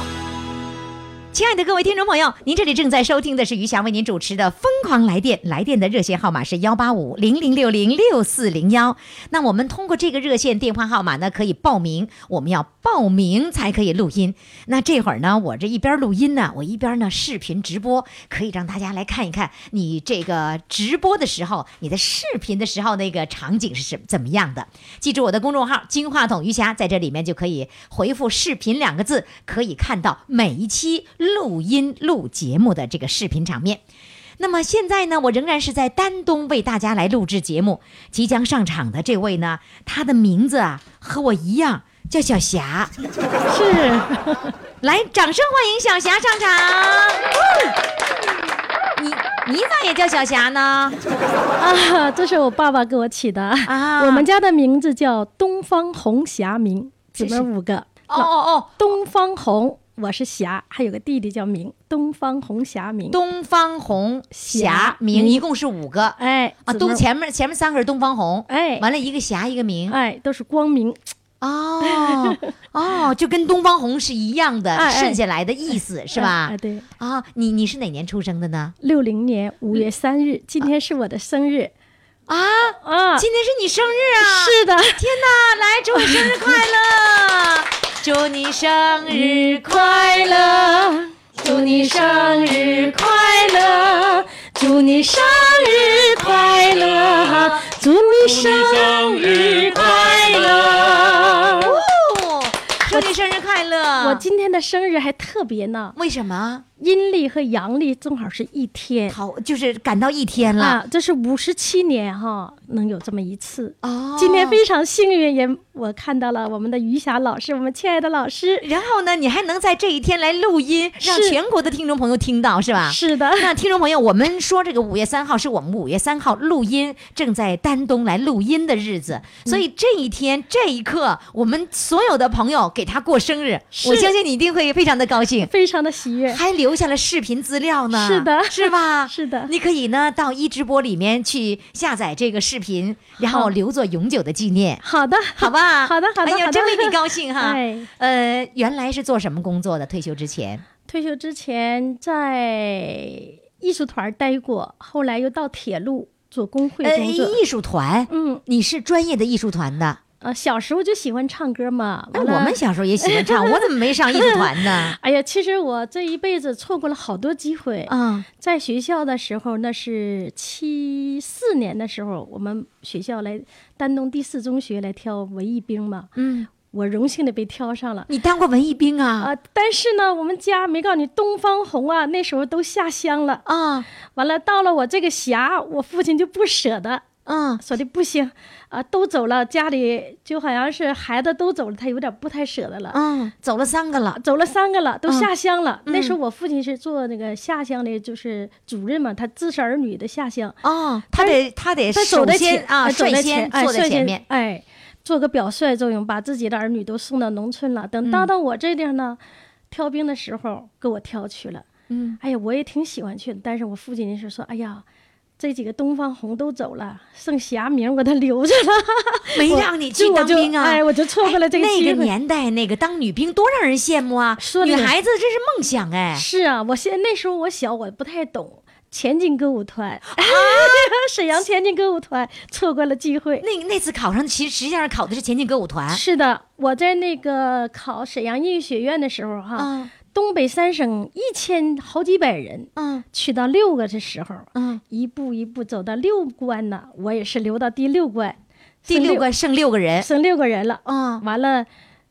Speaker 3: 亲爱的各位听众朋友，您这里正在收听的是余霞为您主持的《疯狂来电》，来电的热线号码是幺八五零零六零六四零幺。那我们通过这个热线电话号码呢，可以报名，我们要报名才可以录音。那这会儿呢，我这一边录音呢，我一边呢视频直播，可以让大家来看一看你这个直播的时候，你的视频的时候那个场景是什怎么样的。记住我的公众号“金话筒余霞”，在这里面就可以回复“视频”两个字，可以看到每一期录音录节目的这个视频场面。那么现在呢，我仍然是在丹东为大家来录制节目。即将上场的这位呢，他的名字啊和我一样叫小霞，是，来，掌声欢迎小霞上场。你你咋也叫小霞呢？
Speaker 8: 啊，这是我爸爸给我起的。
Speaker 3: 啊
Speaker 8: 我们家的名字叫东方红霞明，姊妹五个。
Speaker 3: 哦哦哦，
Speaker 8: 东方红，我是霞，还有个弟弟叫明，东方红霞明。
Speaker 3: 东方红、霞
Speaker 8: 霞
Speaker 3: 明，
Speaker 8: 明
Speaker 3: 一共是五个。
Speaker 8: 哎
Speaker 3: 啊，
Speaker 8: 姊妹
Speaker 3: 东前面前面 三个是东方红，
Speaker 8: 哎
Speaker 3: 完了一个霞一个明，
Speaker 8: 哎都是光明。
Speaker 3: 哦哦，就跟东方红是一样的，
Speaker 8: 哎哎
Speaker 3: 顺下来的意思是吧
Speaker 8: 哎哎？对，
Speaker 3: 啊，你你是哪年出生的呢？
Speaker 8: 六零年五月三日，今天是我的生日
Speaker 3: 啊，
Speaker 8: 啊！
Speaker 3: 今天是你生日啊！
Speaker 8: 是的，
Speaker 3: 天哪，来祝你生日快乐， 祝你生日快乐，
Speaker 8: 祝你生日快乐，祝你生日快乐，祝你生日快乐。
Speaker 3: 哦，祝你生日快乐！
Speaker 8: 我今天的生日还特别呢，
Speaker 3: 为什么
Speaker 8: 阴历和阳历正好是一天
Speaker 3: 好就是赶到一天了？
Speaker 8: 啊，这是五十七年哈，能有这么一次。
Speaker 3: 哦，
Speaker 8: 今天非常幸运，也我看到了我们的余霞老师，我们亲爱的老师。
Speaker 3: 然后呢，你还能在这一天来录音，让
Speaker 8: 是
Speaker 3: 全国的听众朋友听到，是吧？
Speaker 8: 是的，
Speaker 3: 那听众朋友，我们说这个五月三号是我们五月三号录音，正在丹东来录音的日子，
Speaker 8: 嗯
Speaker 3: 所以这一天这一刻，我们所有的朋友给他过生日，
Speaker 8: 是
Speaker 3: 我相信你一定会非常的高兴。
Speaker 8: 非常的喜悦。
Speaker 3: 还留下了视频资料 呢，
Speaker 8: 是的
Speaker 3: 是吧？
Speaker 8: 是的
Speaker 3: 你可以呢到一直播里面去下载这个视频，然后
Speaker 8: 好
Speaker 3: 留作永久的纪念，
Speaker 8: 好的，
Speaker 3: 好吧？
Speaker 8: 好的，好的，
Speaker 3: 哎呀，
Speaker 8: 好的
Speaker 3: 真为你高兴哈！
Speaker 8: 哎，
Speaker 3: 呃，原来是做什么工作的？退休之前
Speaker 8: 退休之前在艺术团待过，后来又到铁路做工会
Speaker 3: 呃，
Speaker 8: 工作。
Speaker 3: 艺术团，
Speaker 8: 嗯，
Speaker 3: 你是专业的艺术团的。
Speaker 8: 呃，小时候就喜欢唱歌嘛。
Speaker 3: 哎，
Speaker 8: 完了
Speaker 3: 我们小时候也喜欢唱，我怎么没上艺术团 呢？
Speaker 8: 哎呀，其实我这一辈子错过了好多机会。
Speaker 3: 啊，
Speaker 8: 在学校的时候，那是七四年的时候，我们学校来丹东第四中学来挑文艺兵嘛。
Speaker 3: 嗯，
Speaker 8: 我荣幸的被挑上了。
Speaker 3: 你当过文艺兵啊？
Speaker 8: 啊、但是呢，我们家没告诉你，东方红啊，那时候都下乡了。
Speaker 3: 啊，
Speaker 8: 完了，到了我这个峡，我父亲就不舍得，
Speaker 3: 嗯，
Speaker 8: 说的不行，啊，都走了，家里就好像是孩子都走了，他有点不太舍得了。
Speaker 3: 嗯，走了三个了。
Speaker 8: 走了三个了，都
Speaker 3: 嗯
Speaker 8: 下乡了。那时候我父亲是做那个下乡的，就是主任嘛，他自是儿女的下乡。
Speaker 3: 哦，他得他得
Speaker 8: 他
Speaker 3: 首
Speaker 8: 走在
Speaker 3: 先
Speaker 8: 前
Speaker 3: 啊，
Speaker 8: 哎走
Speaker 3: 率
Speaker 8: 在
Speaker 3: 先
Speaker 8: 前，哎
Speaker 3: 坐在
Speaker 8: 率
Speaker 3: 前
Speaker 8: 先
Speaker 3: 面，
Speaker 8: 哎，做个表率作用，把自己的儿女都送到农村了。等到
Speaker 3: 嗯
Speaker 8: 到我这地儿呢，挑兵的时候给我挑去了。
Speaker 3: 嗯，
Speaker 8: 哎呀，我也挺喜欢去的，但是我父亲那时候说，哎呀，这几个东方红都走了，剩霞明我都留着了，
Speaker 3: 没
Speaker 8: 我
Speaker 3: 让你
Speaker 8: 这
Speaker 3: 去
Speaker 8: 我
Speaker 3: 当
Speaker 8: 就
Speaker 3: 兵啊！
Speaker 8: 哎，我就错过了这个
Speaker 3: 那
Speaker 8: 机
Speaker 3: 个
Speaker 8: 会。
Speaker 3: 年代，那个当女兵多让人羡慕啊！
Speaker 8: 说
Speaker 3: 女
Speaker 8: 得对
Speaker 3: 孩子这是梦想哎，
Speaker 8: 是啊，我现那时候我小，我不太懂前进歌舞
Speaker 3: 啊
Speaker 8: 团， 沈阳前进歌舞团错过了机会。
Speaker 3: 那那次考上，其实实际上考的是前进歌舞团
Speaker 8: 是的，我在那个考沈阳音乐学院的时候哈，
Speaker 3: 嗯
Speaker 8: 东北三省一千好几百人，
Speaker 3: 嗯
Speaker 8: 去到六个的时候，
Speaker 3: 嗯，
Speaker 8: 一步一步走到六关呢，我也是留到第六关，
Speaker 3: 第
Speaker 8: 剩
Speaker 3: 六个剩六个人，
Speaker 8: 剩六个人了。
Speaker 3: 嗯
Speaker 8: 完了，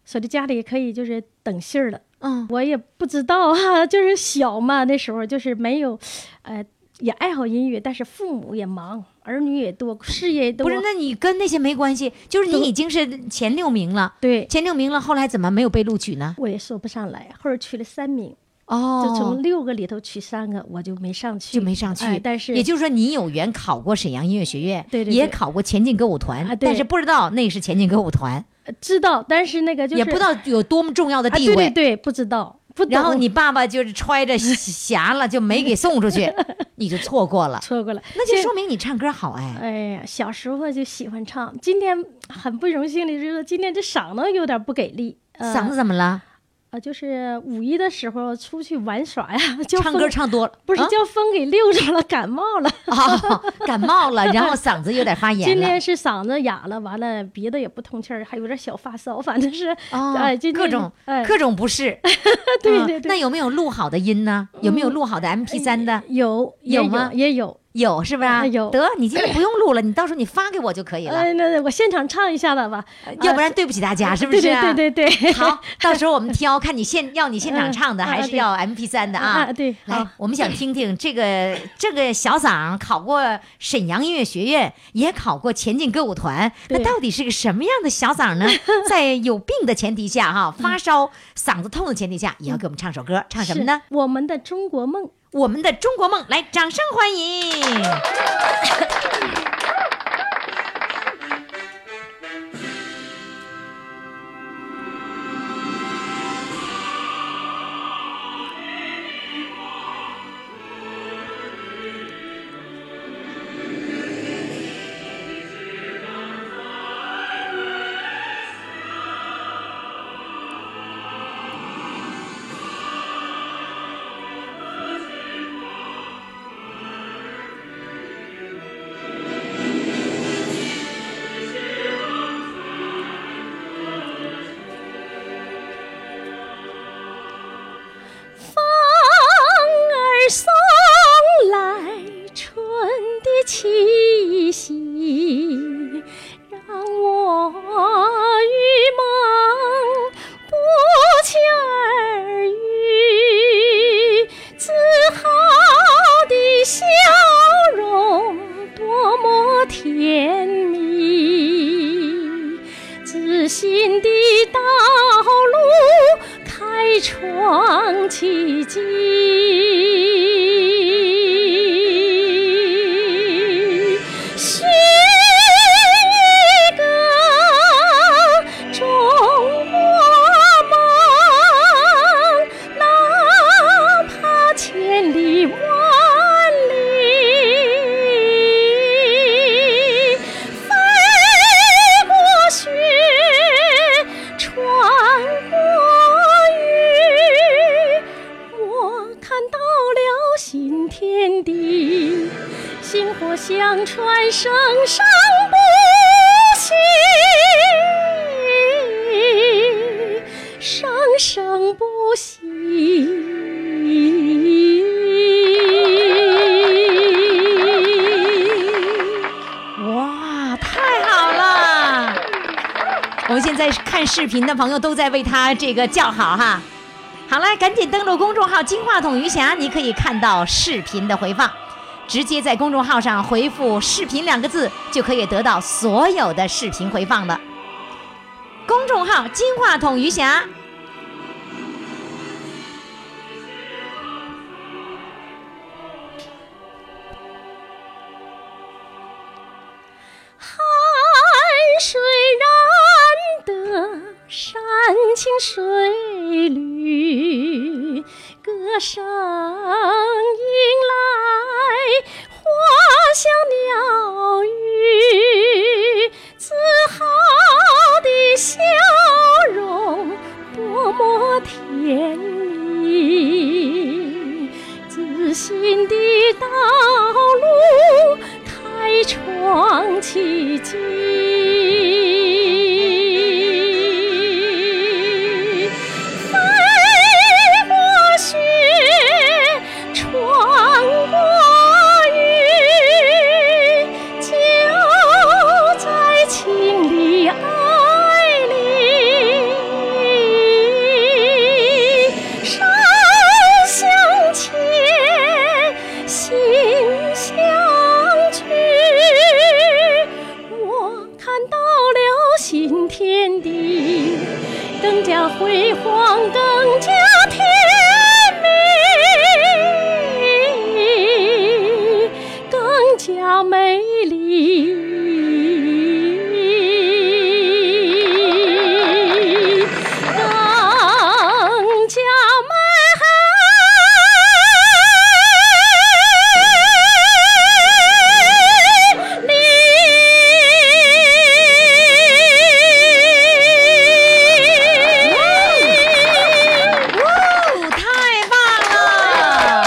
Speaker 8: 说的家里可以就是等信儿了。
Speaker 3: 嗯
Speaker 8: 我也不知道啊，就是小嘛，那时候就是没有，呃，也爱好音乐，但是父母也忙，儿女也多，事业也多。
Speaker 3: 不是，那你跟那些没关系，就是你已经是前六名了，
Speaker 8: 对，
Speaker 3: 前六名了，后来怎么没有被录取呢？
Speaker 8: 我也说不上来，啊后来去了三名，
Speaker 3: 哦，
Speaker 8: 就从六个里头取三个，我就没上去，
Speaker 3: 就没上去。
Speaker 8: 哎但是
Speaker 3: 也就是说，你有缘考过沈阳音乐学院，
Speaker 8: 对对对
Speaker 3: 也考过前进歌舞团，
Speaker 8: 啊对
Speaker 3: 但是不知道那是前进歌舞团，
Speaker 8: 呃知道，但是那个就是
Speaker 3: 也不知道有多么重要的
Speaker 8: 啊，
Speaker 3: 地
Speaker 8: 对
Speaker 3: 位。
Speaker 8: 对对，不知道，不懂
Speaker 3: 然后你爸爸就是揣着匣了，就没给送出 去，你就错过了。
Speaker 8: 错过了，
Speaker 3: 那就
Speaker 8: 这
Speaker 3: 说明你唱歌好哎，
Speaker 8: 哎呀，小时候就喜欢唱，今天很不荣幸的就是今天这嗓子有点不给力，呃、
Speaker 3: 嗓子怎么 了？
Speaker 8: 啊，就是五一的时候出去玩耍呀， 叫
Speaker 3: 唱
Speaker 8: 风
Speaker 3: 歌唱多了，
Speaker 8: 不是
Speaker 3: 啊
Speaker 8: 叫风给溜着了，感冒了。
Speaker 3: 哦，感冒了，然后嗓子有点发炎
Speaker 8: 今
Speaker 3: 了
Speaker 8: 天，是嗓子哑了，完了鼻子也不通气儿，还有点小发烧，反正是，
Speaker 3: 哦
Speaker 8: 哎，今天
Speaker 3: 各种
Speaker 8: 哎，
Speaker 3: 各种不 适。
Speaker 8: 对
Speaker 3: 嗯
Speaker 8: 对对
Speaker 3: 那有没有录好的音呢？有没有录好的 MP 3的？
Speaker 8: 有也
Speaker 3: 有吗
Speaker 8: 也有。
Speaker 3: 有是吧？
Speaker 8: 哎有
Speaker 3: 得，你今天不用录了，你到时候你发给我就可以了，
Speaker 8: 哎，那我现场唱一下子吧，
Speaker 3: 要不然对不起大家，是不是？
Speaker 8: 呃
Speaker 3: 啊
Speaker 8: 对对对对对，
Speaker 3: 好，到时候我们挑，看你现要你现场唱的，
Speaker 8: 嗯
Speaker 3: 还是要 M P 3的啊
Speaker 8: 啊？对，
Speaker 3: 来
Speaker 8: 好，，
Speaker 3: 我们想听听这个这个小嗓考过沈阳音乐学院，也考过前进歌舞团，那
Speaker 8: 对
Speaker 3: 到底是个什么样的小嗓 呢？在有病的前提下，
Speaker 8: 嗯
Speaker 3: 哈，发烧、嗓子痛的前提下，也要给我们唱首歌，唱什么呢？
Speaker 8: 是我们的中国梦。
Speaker 3: 我们的中国梦，来，掌声欢迎！
Speaker 8: 风儿送来春的气息，让我与梦不期而遇。自豪的笑容多么甜蜜，自信的道路开创奇迹。是一个中国梦，哪怕千里万里，飞过雪，穿过雨，我看到了新天地。薪火相传，生生不息，生生不息。
Speaker 3: 哇，太好了！我们现在看视频的朋友都在为他这个叫好哈。好了，赶紧登录公众号“金话筒余霞”，你可以看到视频的回放。直接在公众号上回复“视频”两个字，就可以得到所有的视频回放了。公众号“金话筒余霞”。
Speaker 8: 汗水染得山青水绿，歌声迎来花像鸟语，自豪的笑容多么甜蜜。自信的道路开创奇迹。翻过雪，穿过云，就在情里爱里。山相牵，心相聚，我看到了新天地。更加辉煌，更加甜蜜，更加美丽。更加美丽。
Speaker 3: 哦，太棒了，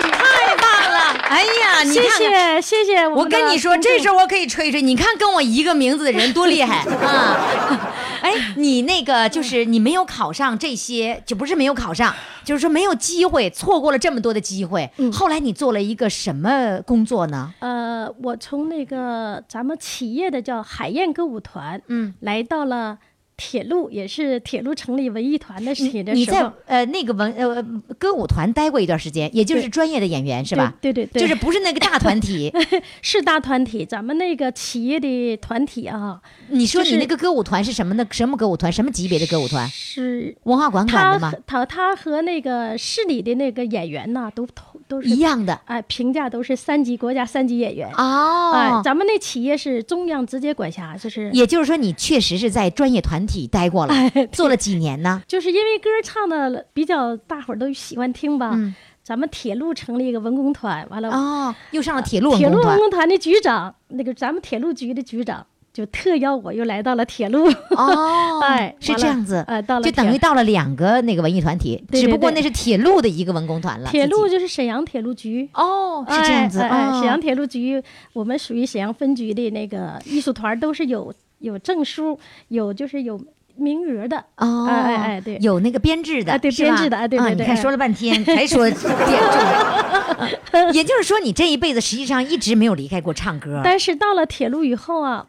Speaker 3: 太棒了！哎呀，你
Speaker 8: 谢
Speaker 3: 看看。
Speaker 8: 谢谢谢我们的
Speaker 3: 我跟你说，
Speaker 8: 观众
Speaker 3: 这时候我可以吹吹。你看，跟我一个名字的人多厉 害啊！ 哎，你那个就是你没有考上这些，就不是没有考上，就是说没有机会，错过了这么多的机会。
Speaker 8: 嗯
Speaker 3: 后来你做了一个什么工作呢？
Speaker 8: 呃，我从那个咱们企业的叫海燕歌舞团，
Speaker 3: 嗯，
Speaker 8: 来到了铁路，也是铁路成立文艺团的时的
Speaker 3: 你
Speaker 8: 时
Speaker 3: 在
Speaker 8: 候，
Speaker 3: 呃那个文呃歌舞团待过一段时间，也就是
Speaker 8: 对
Speaker 3: 专业的演员是吧？
Speaker 8: 对对对，
Speaker 3: 就是不是那个大团体。
Speaker 8: 是大团体，咱们那个企业的团体啊，
Speaker 3: 你说
Speaker 8: 就
Speaker 3: 你
Speaker 8: 是
Speaker 3: 那个歌舞团是什么呢？什么歌舞团？什么级别的歌舞团？
Speaker 8: 是
Speaker 3: 文化馆管
Speaker 8: 他
Speaker 3: 的吗
Speaker 8: 和？他他和那个市里的那个演员呐、都同都是
Speaker 3: 一样的
Speaker 8: 哎，评价都是三级国家三级演员。哎
Speaker 3: 哦，，
Speaker 8: 咱们那企业是中央直接管辖，就是
Speaker 3: 也就是说你确实是在专业团体待过了，
Speaker 8: 哎
Speaker 3: 做了几年呢？
Speaker 8: 就是因为歌儿唱的比较大伙儿都喜欢听吧，
Speaker 3: 嗯
Speaker 8: 咱们铁路成立一个文工团，完了、啊
Speaker 3: 哦，又上了铁路文
Speaker 8: 铁
Speaker 3: 工
Speaker 8: 路文
Speaker 3: 团
Speaker 8: 工团的局长，那个咱们铁路局的局长就特邀我又来到了铁路，
Speaker 3: 哦，
Speaker 8: 哎
Speaker 3: 是
Speaker 8: 完
Speaker 3: 这
Speaker 8: 了
Speaker 3: 样子，
Speaker 8: 哎到了
Speaker 3: 就等于
Speaker 8: 铁
Speaker 3: 到了两个那个文艺团体，
Speaker 8: 对对
Speaker 3: 只不过
Speaker 8: 对
Speaker 3: 那是铁路的一个文工团了。
Speaker 8: 铁
Speaker 3: 自己
Speaker 8: 路就是沈阳铁路局。
Speaker 3: 哦，是这样子，
Speaker 8: 哎哎哎
Speaker 3: 哦
Speaker 8: 沈阳铁路局，我们属于沈阳分局的那个艺术团，都是有有证书，有就是有名额的。
Speaker 3: 哦，
Speaker 8: 哎哎哎对
Speaker 3: 有那个编制的，
Speaker 8: 啊对
Speaker 3: 是吧
Speaker 8: 编制的啊对对
Speaker 3: 你
Speaker 8: 对
Speaker 3: 看
Speaker 8: 哎
Speaker 3: 说了半 天还说编制，嗯也就是说你这一辈子实际上一直没有离开过唱歌。
Speaker 8: 但是到了铁路以后啊，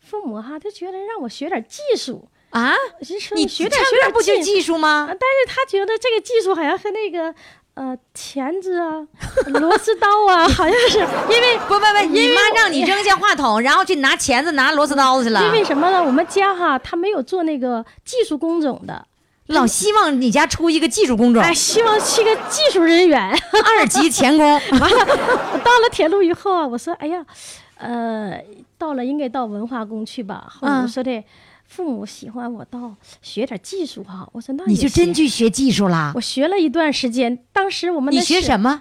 Speaker 8: 父母哈、就觉得让我学点技术，
Speaker 3: 啊，
Speaker 8: 就说
Speaker 3: 你
Speaker 8: 学
Speaker 3: 唱
Speaker 8: 点学
Speaker 3: 歌
Speaker 8: 点
Speaker 3: 不就是
Speaker 8: 术
Speaker 3: 技术
Speaker 8: 啊，
Speaker 3: 吗？
Speaker 8: 但是他觉得这个技术好像和那个呃钳子啊、螺丝刀啊，好像是因为
Speaker 3: 不不不，你
Speaker 8: 因为
Speaker 3: 妈
Speaker 8: 我
Speaker 3: 让你扔下话 筒，然后去拿钳子、拿螺丝刀去了。
Speaker 8: 因为什么呢？我们家哈，他没有做那个技术工种的，
Speaker 3: 老希望你家出一个技术工种，
Speaker 8: 哎，希望是个技术人员。
Speaker 3: 二级钳工。
Speaker 8: 我到了铁路以后啊，我说哎呀，呃，到了应该到文化宫去吧。后来我
Speaker 3: 嗯
Speaker 8: 说的，父母喜欢我到学点技术哈、我说那
Speaker 3: 你
Speaker 8: 也
Speaker 3: 就真
Speaker 8: 行
Speaker 3: 去学技术啦
Speaker 8: 哎我？学了一段时间，当时我们
Speaker 3: 你
Speaker 8: 那
Speaker 3: 学
Speaker 8: 是
Speaker 3: 什么？
Speaker 8: 呃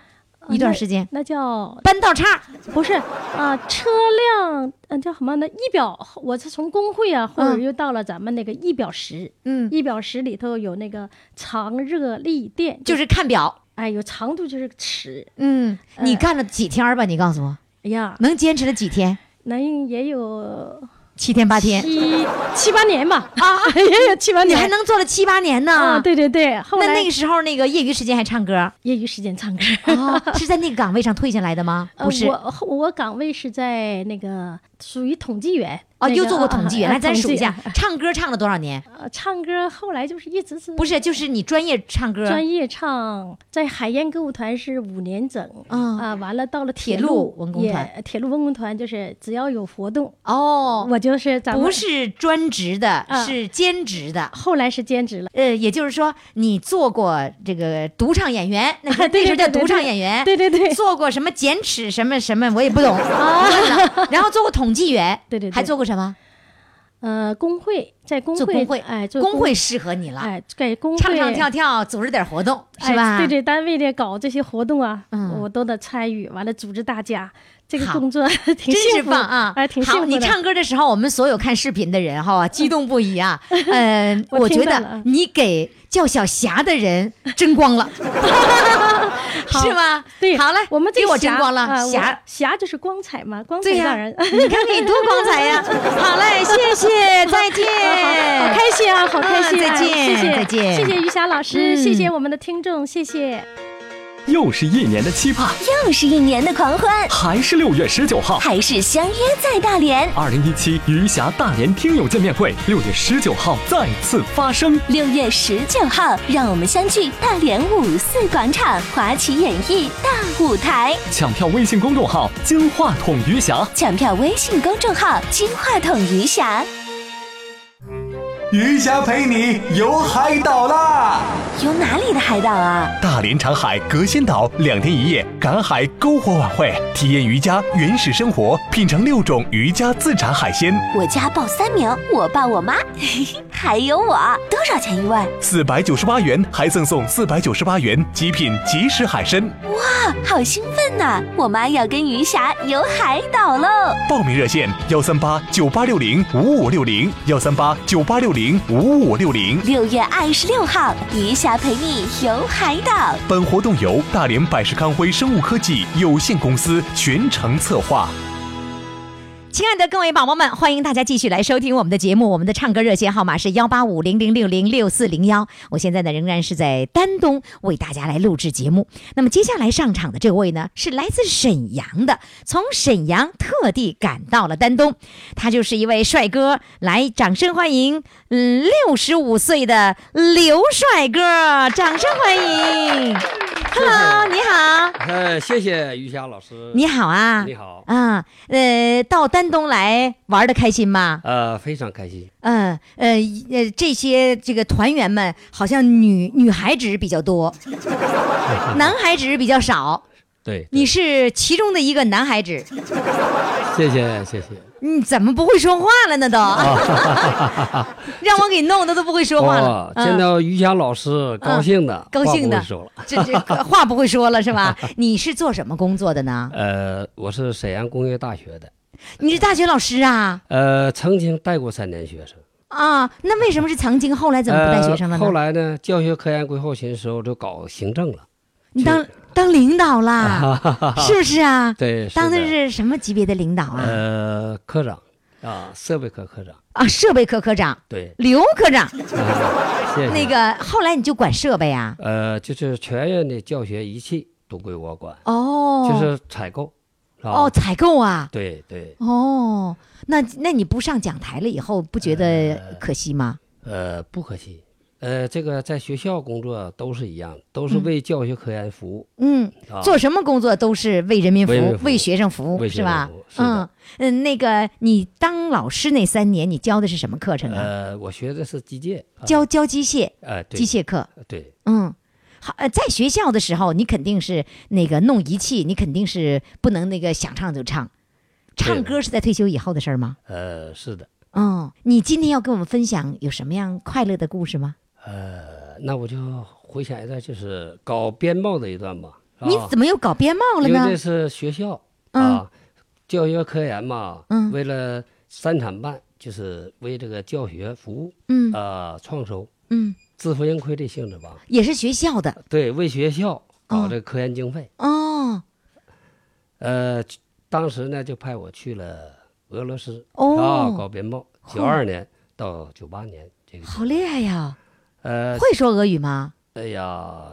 Speaker 3: 一段
Speaker 8: 那
Speaker 3: 时间
Speaker 8: 那叫
Speaker 3: 搬道岔，
Speaker 8: 不是啊、车辆嗯、呃叫什么呢？仪表，我是从工会啊，后来
Speaker 3: 嗯
Speaker 8: 又到了咱们那个仪表室，
Speaker 3: 嗯，
Speaker 8: 仪表室里头有那个长热力电，
Speaker 3: 就是看表，
Speaker 8: 哎有长度就是尺，呃
Speaker 3: 嗯，你干了几天儿吧？你告诉我，
Speaker 8: 哎呀，
Speaker 3: 能坚持了几天？
Speaker 8: 能也有
Speaker 3: 七天八天
Speaker 8: 七七八年吧，
Speaker 3: 啊？
Speaker 8: 也有七八
Speaker 3: 你
Speaker 8: 年，
Speaker 3: 还能做了七八年呢？
Speaker 8: 啊？对对对，后
Speaker 3: 那
Speaker 8: 来
Speaker 3: 那个时候那个业余时间还唱歌
Speaker 8: 业余时间唱歌，
Speaker 3: 哦，是在那个岗位上退下来的吗？
Speaker 8: 呃
Speaker 3: 不是，哦
Speaker 8: 我后我岗位是在那个属于统计员
Speaker 3: 哦，
Speaker 8: 那
Speaker 3: 又
Speaker 8: 个
Speaker 3: 做过
Speaker 8: 啊
Speaker 3: 统计员，
Speaker 8: 啊
Speaker 3: 来咱
Speaker 8: 统
Speaker 3: 数一
Speaker 8: 计
Speaker 3: 下，唱歌唱了多少年？
Speaker 8: 呃，唱歌后来就是一直是
Speaker 3: 不是，就是你专业唱歌，
Speaker 8: 专业唱，在海燕歌舞团是五年整
Speaker 3: 嗯
Speaker 8: 啊，完了到了
Speaker 3: 铁
Speaker 8: 铁
Speaker 3: 路文工团，
Speaker 8: 也铁路文工团就是只要有活动，
Speaker 3: 哦，
Speaker 8: 我就是咱们
Speaker 3: 不是专职的，
Speaker 8: 啊
Speaker 3: 是兼职的。
Speaker 8: 后来是兼职了，
Speaker 3: 呃，也就是说，你做过这个独唱演 员，那时候
Speaker 8: 对
Speaker 3: 那时候叫
Speaker 8: 对对
Speaker 3: 独唱演员，
Speaker 8: 对对对
Speaker 3: 做过什么剪尺 什么什么，我也不懂，不问了。然后做过统计员，
Speaker 8: 哦对对对
Speaker 3: 还做过什么？
Speaker 7: 呃工会，在工
Speaker 3: 做
Speaker 7: 会
Speaker 3: 工会，
Speaker 7: 哎做
Speaker 3: 工会适合你了，
Speaker 7: 哎给工会
Speaker 3: 唱唱跳跳，组织点活动，是
Speaker 7: 哎
Speaker 3: 吧？
Speaker 7: 对这单位的搞这些活动啊，
Speaker 3: 嗯
Speaker 7: 我都得参与，完了组织大家，这个
Speaker 3: 好
Speaker 7: 工 作挺
Speaker 3: 真
Speaker 7: 幸
Speaker 3: 是
Speaker 7: 福
Speaker 3: 棒啊！
Speaker 7: 哎，挺幸
Speaker 3: 好，
Speaker 7: 福的。
Speaker 3: 你唱歌的时候，我们所有看视频的人 哈，激动不已啊！嗯，我觉
Speaker 7: 听到
Speaker 3: 得
Speaker 7: 了
Speaker 3: 你给叫小霞的人争 光了，是吗？
Speaker 7: 对，
Speaker 3: 好了，
Speaker 7: 我们这
Speaker 3: 给
Speaker 7: 个
Speaker 3: 我争
Speaker 7: 霞
Speaker 3: 光
Speaker 7: 啊
Speaker 3: 了，
Speaker 7: 我
Speaker 3: 霞
Speaker 7: 霞就是光彩嘛，光彩
Speaker 3: 对呀、
Speaker 7: 让人。
Speaker 3: 你看你多光 彩呀、好嘞，谢谢，再见，
Speaker 7: 好开心啊，好开心、啊
Speaker 3: 嗯再见
Speaker 7: 谢谢，
Speaker 3: 再见
Speaker 7: 谢谢于霞老师，
Speaker 3: 嗯
Speaker 7: 谢谢我们的听众，谢谢。
Speaker 1: 又是一年的期盼，
Speaker 2: 哦又是一年的狂欢，
Speaker 1: 还是六月十九号。
Speaker 2: 还是相约在大连。
Speaker 1: 二零一七余霞大连听友见面会，六月十九号再次发生。
Speaker 2: 六月十九号，让我们相聚大连五四广场华旗演艺大舞台。
Speaker 1: 抢票微信公众号“金话筒余霞
Speaker 2: 抢票微信公众号“金话筒余霞
Speaker 4: 余霞陪你游海岛啦！”。
Speaker 2: 有哪里的海岛啊？
Speaker 4: 大连长海隔仙岛两天一夜赶海篝火晚会，体验渔家原始生活，品尝六种渔家自产海鲜。
Speaker 2: 我家报三名，我爸、我妈， 还有我。多少钱一位？
Speaker 4: 四百九十八元还赠送四百九十八元极品即食海参。
Speaker 2: 啊，好兴奋呐、我妈要跟余霞游海岛喽！
Speaker 4: 报名热线：幺三八九八六零五五六零，幺三八九八六零五五六零。
Speaker 2: 六月二十六号，余霞陪你游海岛。
Speaker 4: 本活动由大连百世康辉生物科技有限公司全程策划。
Speaker 3: 亲爱的各位宝宝们，欢迎大家继续来收听我们的节目。我们的唱歌热线号码是幺八五零零六零六四零幺。我现在呢仍然是在丹东为大家来录制节目。那么接下来上场的这位呢是来自沈阳的，从沈阳特地赶到了丹东，他就是一位帅哥，来掌声欢迎，嗯，六十五岁的刘帅哥，掌声欢迎。Hello，你好，
Speaker 9: 呃，谢谢于霞老师。
Speaker 3: 你好啊，
Speaker 9: 你好，
Speaker 3: 啊，呃，到丹东来玩的开心吗？
Speaker 9: 呃，非常开心。
Speaker 3: 嗯，呃，呃，这些这个团员们好像女女孩子比 较多，男孩子比较少。
Speaker 9: 对，
Speaker 3: 你是其中的一个男孩子，
Speaker 9: 谢谢谢谢。
Speaker 3: 你怎么不会说话了呢？都，
Speaker 9: 啊
Speaker 3: 让我给弄的都不会 说话了
Speaker 9: 哇，。见
Speaker 3: 嗯
Speaker 9: 到于霞老师，哦高兴的，
Speaker 3: 高兴的
Speaker 9: 话不会说了。
Speaker 3: 这这话不会说了 是吧？你是做什么工作的呢？
Speaker 9: 呃，我是沈阳工业大学的，
Speaker 3: 你是大学老师啊？
Speaker 9: 呃，曾经带过三年学生。
Speaker 3: 啊，那为什么是曾经，后来怎么不带学生了
Speaker 9: 呃
Speaker 3: 呢？
Speaker 9: 后来呢，教学科研归后勤时候就搞行政了。
Speaker 3: 你当当领导 啦，是不是啊？
Speaker 9: 对，
Speaker 3: 当的
Speaker 9: 的
Speaker 3: 是什么级别的领导啊？
Speaker 9: 呃科长啊，设备科科长。
Speaker 3: 啊，设备科科长
Speaker 9: 对，
Speaker 3: 刘科 长，
Speaker 9: 啊谢谢。
Speaker 3: 那个后来你就管设备啊？
Speaker 9: 呃，就是全院的教学仪器都归我管，
Speaker 3: 哦，
Speaker 9: 就是采购，是吧
Speaker 3: 哦，，采购啊，
Speaker 9: 对对，
Speaker 3: 哦，那那你不上讲台了以后，不觉得可惜吗？
Speaker 9: 呃，不可惜，呃，这个在学校工作都是一样，都是为教学科研服务，
Speaker 3: 嗯，
Speaker 9: 啊
Speaker 3: 做什么工作都是为人民服
Speaker 9: 为人
Speaker 3: 务
Speaker 9: 民，服务
Speaker 3: 为学生服务，
Speaker 9: 为学
Speaker 3: 是
Speaker 9: 生
Speaker 3: 吧
Speaker 9: 服务？是的
Speaker 3: 嗯嗯，那个你当老师那三年，你教的是什么课程啊？
Speaker 9: 呃，我学的是机械，啊
Speaker 3: 教教机械，
Speaker 9: 呃，对
Speaker 3: 机械课。
Speaker 9: 对，
Speaker 3: 嗯，好，呃，在学校的时候，你肯定是那个弄仪器，你肯定是不能那个想唱就唱。
Speaker 9: 对
Speaker 3: 唱
Speaker 9: 的
Speaker 3: 歌是在退休以后的事儿吗？
Speaker 9: 呃，是的，
Speaker 3: 哦，你今天要跟我们分享有什么样快乐的故事吗？
Speaker 9: 呃，那我就回想一下，就是搞编报的一段吧，啊
Speaker 3: 你怎么又搞编帽了
Speaker 9: 因为这
Speaker 3: 呢？
Speaker 9: 是学校
Speaker 3: 嗯
Speaker 9: 啊，教学科研嘛，
Speaker 3: 嗯
Speaker 9: 为了三产办，就是为这个教学服务，
Speaker 3: 嗯
Speaker 9: 啊，创收，
Speaker 3: 嗯，
Speaker 9: 自负盈亏的性质吧，
Speaker 3: 也是学校的
Speaker 9: 对，为学校
Speaker 3: 哦
Speaker 9: 搞这个科研经费。
Speaker 3: 哦
Speaker 9: 呃，去当时呢就派我去了俄罗斯、啊搞
Speaker 3: 哦，
Speaker 9: 编报，九二年到九八年这个，
Speaker 3: 好厉害呀！
Speaker 9: 呃，
Speaker 3: 会说俄语吗？
Speaker 9: 哎呀，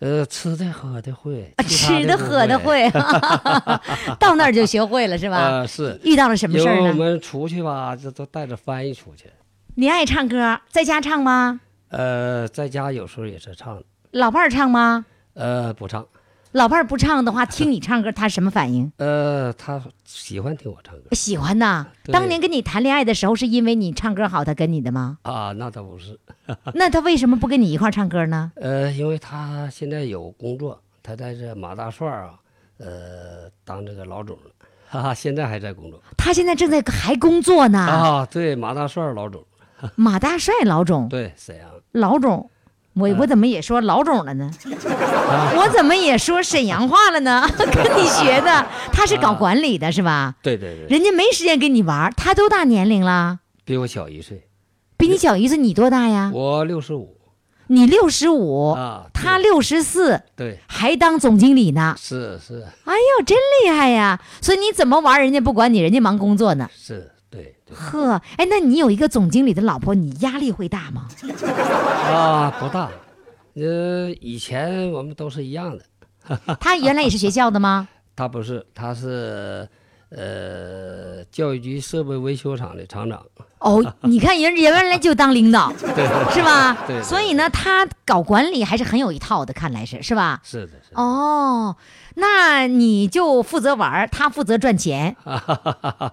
Speaker 9: 呃，吃的喝的会，
Speaker 3: 啊
Speaker 9: 其他
Speaker 3: 吃的
Speaker 9: 不
Speaker 3: 喝的会， 到那儿就学会了是吧？
Speaker 9: 啊，是。
Speaker 3: 遇到了什么
Speaker 9: 因
Speaker 3: 事
Speaker 9: 为
Speaker 3: 儿
Speaker 9: 我
Speaker 3: 呢？
Speaker 9: 们出去吧，这都带着翻译出去。
Speaker 3: 你爱唱歌，在家唱吗？
Speaker 9: 呃，在家有时候也是唱的，
Speaker 3: 老伴儿唱吗？
Speaker 9: 呃，不唱，
Speaker 3: 老伴儿不唱的话，听你唱歌，他什么反应？
Speaker 9: 呃，他喜欢听我唱歌
Speaker 3: 喜欢呐。
Speaker 9: 对
Speaker 3: 当年跟你谈恋爱的时候，是因为你唱歌好，他跟你的吗？
Speaker 9: 啊，那倒不是， 啊
Speaker 3: 那他为什么不跟你一块儿唱歌呢？
Speaker 9: 呃，因为他现在有工作，他在这马大帅啊，呃，当这个老总了 哈哈，现在还在工作
Speaker 3: 他现在正在还工作呢。
Speaker 9: 啊。对，马大帅老总，
Speaker 3: 马大帅老总，
Speaker 9: 对沈阳
Speaker 3: 老总，我我怎么也说老总了呢？
Speaker 9: 啊，
Speaker 3: 我怎么也说沈阳话 了呢？跟你学的，他是搞管理的是吧？
Speaker 9: 啊对对对，
Speaker 3: 人家没时间跟你玩儿，他多大年龄了？
Speaker 9: 比我小一岁，
Speaker 3: 比你小一岁，你多大呀？
Speaker 9: 我六十五
Speaker 3: 你六十五，
Speaker 9: 啊。
Speaker 3: 他六十四，
Speaker 9: 对，
Speaker 3: 还当总经理呢。
Speaker 9: 是是
Speaker 3: 哎呦，真厉害呀！所以你怎么玩儿，人家不管你，人家忙工作呢。
Speaker 9: 是，对对
Speaker 3: 呵，哎，那你有一个总经理的老婆，你压力会大吗？
Speaker 9: 啊，不大。呃，以前我们都是一样的，
Speaker 3: 她原来也是学校的吗？
Speaker 9: 他不是，他是呃教育局设备维修厂的厂长，
Speaker 3: 哦，你看人人原来就当 领导，是吧？
Speaker 9: 对对
Speaker 3: 所以呢，他搞管理还是很有一套的，看来是是吧？
Speaker 9: 是 的，是的。
Speaker 3: 哦，那你就负责玩儿，他负责赚钱。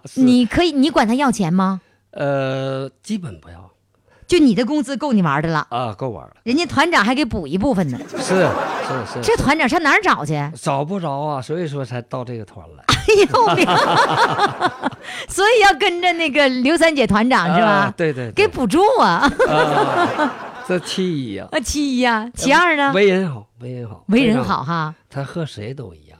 Speaker 9: 是
Speaker 3: 你可以，你管他要钱吗？
Speaker 9: 呃，基本不要
Speaker 3: 就你的工资够你玩儿的了，
Speaker 9: 啊，够玩了。
Speaker 3: 人家团长还给补一部分呢。
Speaker 9: 是是
Speaker 3: 这
Speaker 9: 是，
Speaker 3: 团长上哪儿找去？ 哎
Speaker 9: 找不着啊，所以说才到这个团 来，
Speaker 3: 呦， 明所以要跟着那个刘三姐团长是吧？
Speaker 9: 啊对对，
Speaker 3: 给
Speaker 9: 对
Speaker 3: 补助啊！
Speaker 9: 啊，呃这气一样。
Speaker 3: 啊，其一呀、其二呢？
Speaker 9: 为人好，为人好，
Speaker 3: 为
Speaker 9: 非
Speaker 3: 人
Speaker 9: 常
Speaker 3: 好，哈，
Speaker 9: 他和谁都一样，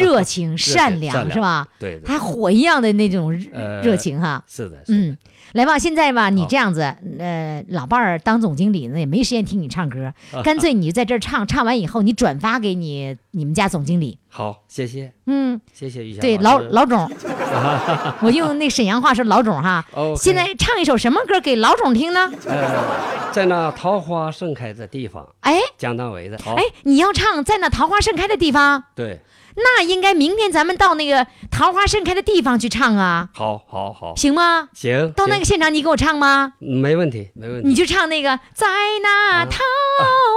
Speaker 3: 热情
Speaker 9: 情
Speaker 3: 善良
Speaker 9: 善良
Speaker 3: 是吧？
Speaker 9: 对对，
Speaker 3: 还火一样的那种热
Speaker 9: 呃
Speaker 3: 热情哈。
Speaker 9: 是的，是的
Speaker 3: 嗯，来吧，现在吧，你
Speaker 9: 好
Speaker 3: 这样子，呃，老伴儿当总经理呢，也没时间听你唱歌，
Speaker 9: 啊
Speaker 3: 干脆你就在这儿唱，唱完以后你转发给你你们家总经理。
Speaker 9: 好，谢谢，
Speaker 3: 嗯，
Speaker 9: 谢谢于霞
Speaker 3: 对，老
Speaker 9: 老师
Speaker 3: 老总，我用那沈阳话说老总哈。
Speaker 9: 哦 OK
Speaker 3: 现在唱一首什么歌给老总听呢？
Speaker 9: 呃，在那桃花盛开的地方，
Speaker 3: 哎
Speaker 9: 江大为的，好
Speaker 3: 哎，，你要唱在那桃花盛开的地方。
Speaker 9: 对，
Speaker 3: 那应该明天咱们到那个桃花盛开的地方去唱啊，
Speaker 9: 好，好，好，
Speaker 3: 行吗？
Speaker 9: 行，
Speaker 3: 到那个
Speaker 9: 行
Speaker 3: 现场你给我唱吗？
Speaker 9: 没问题，没问题，
Speaker 3: 你就唱那个在
Speaker 9: 啊
Speaker 3: 那桃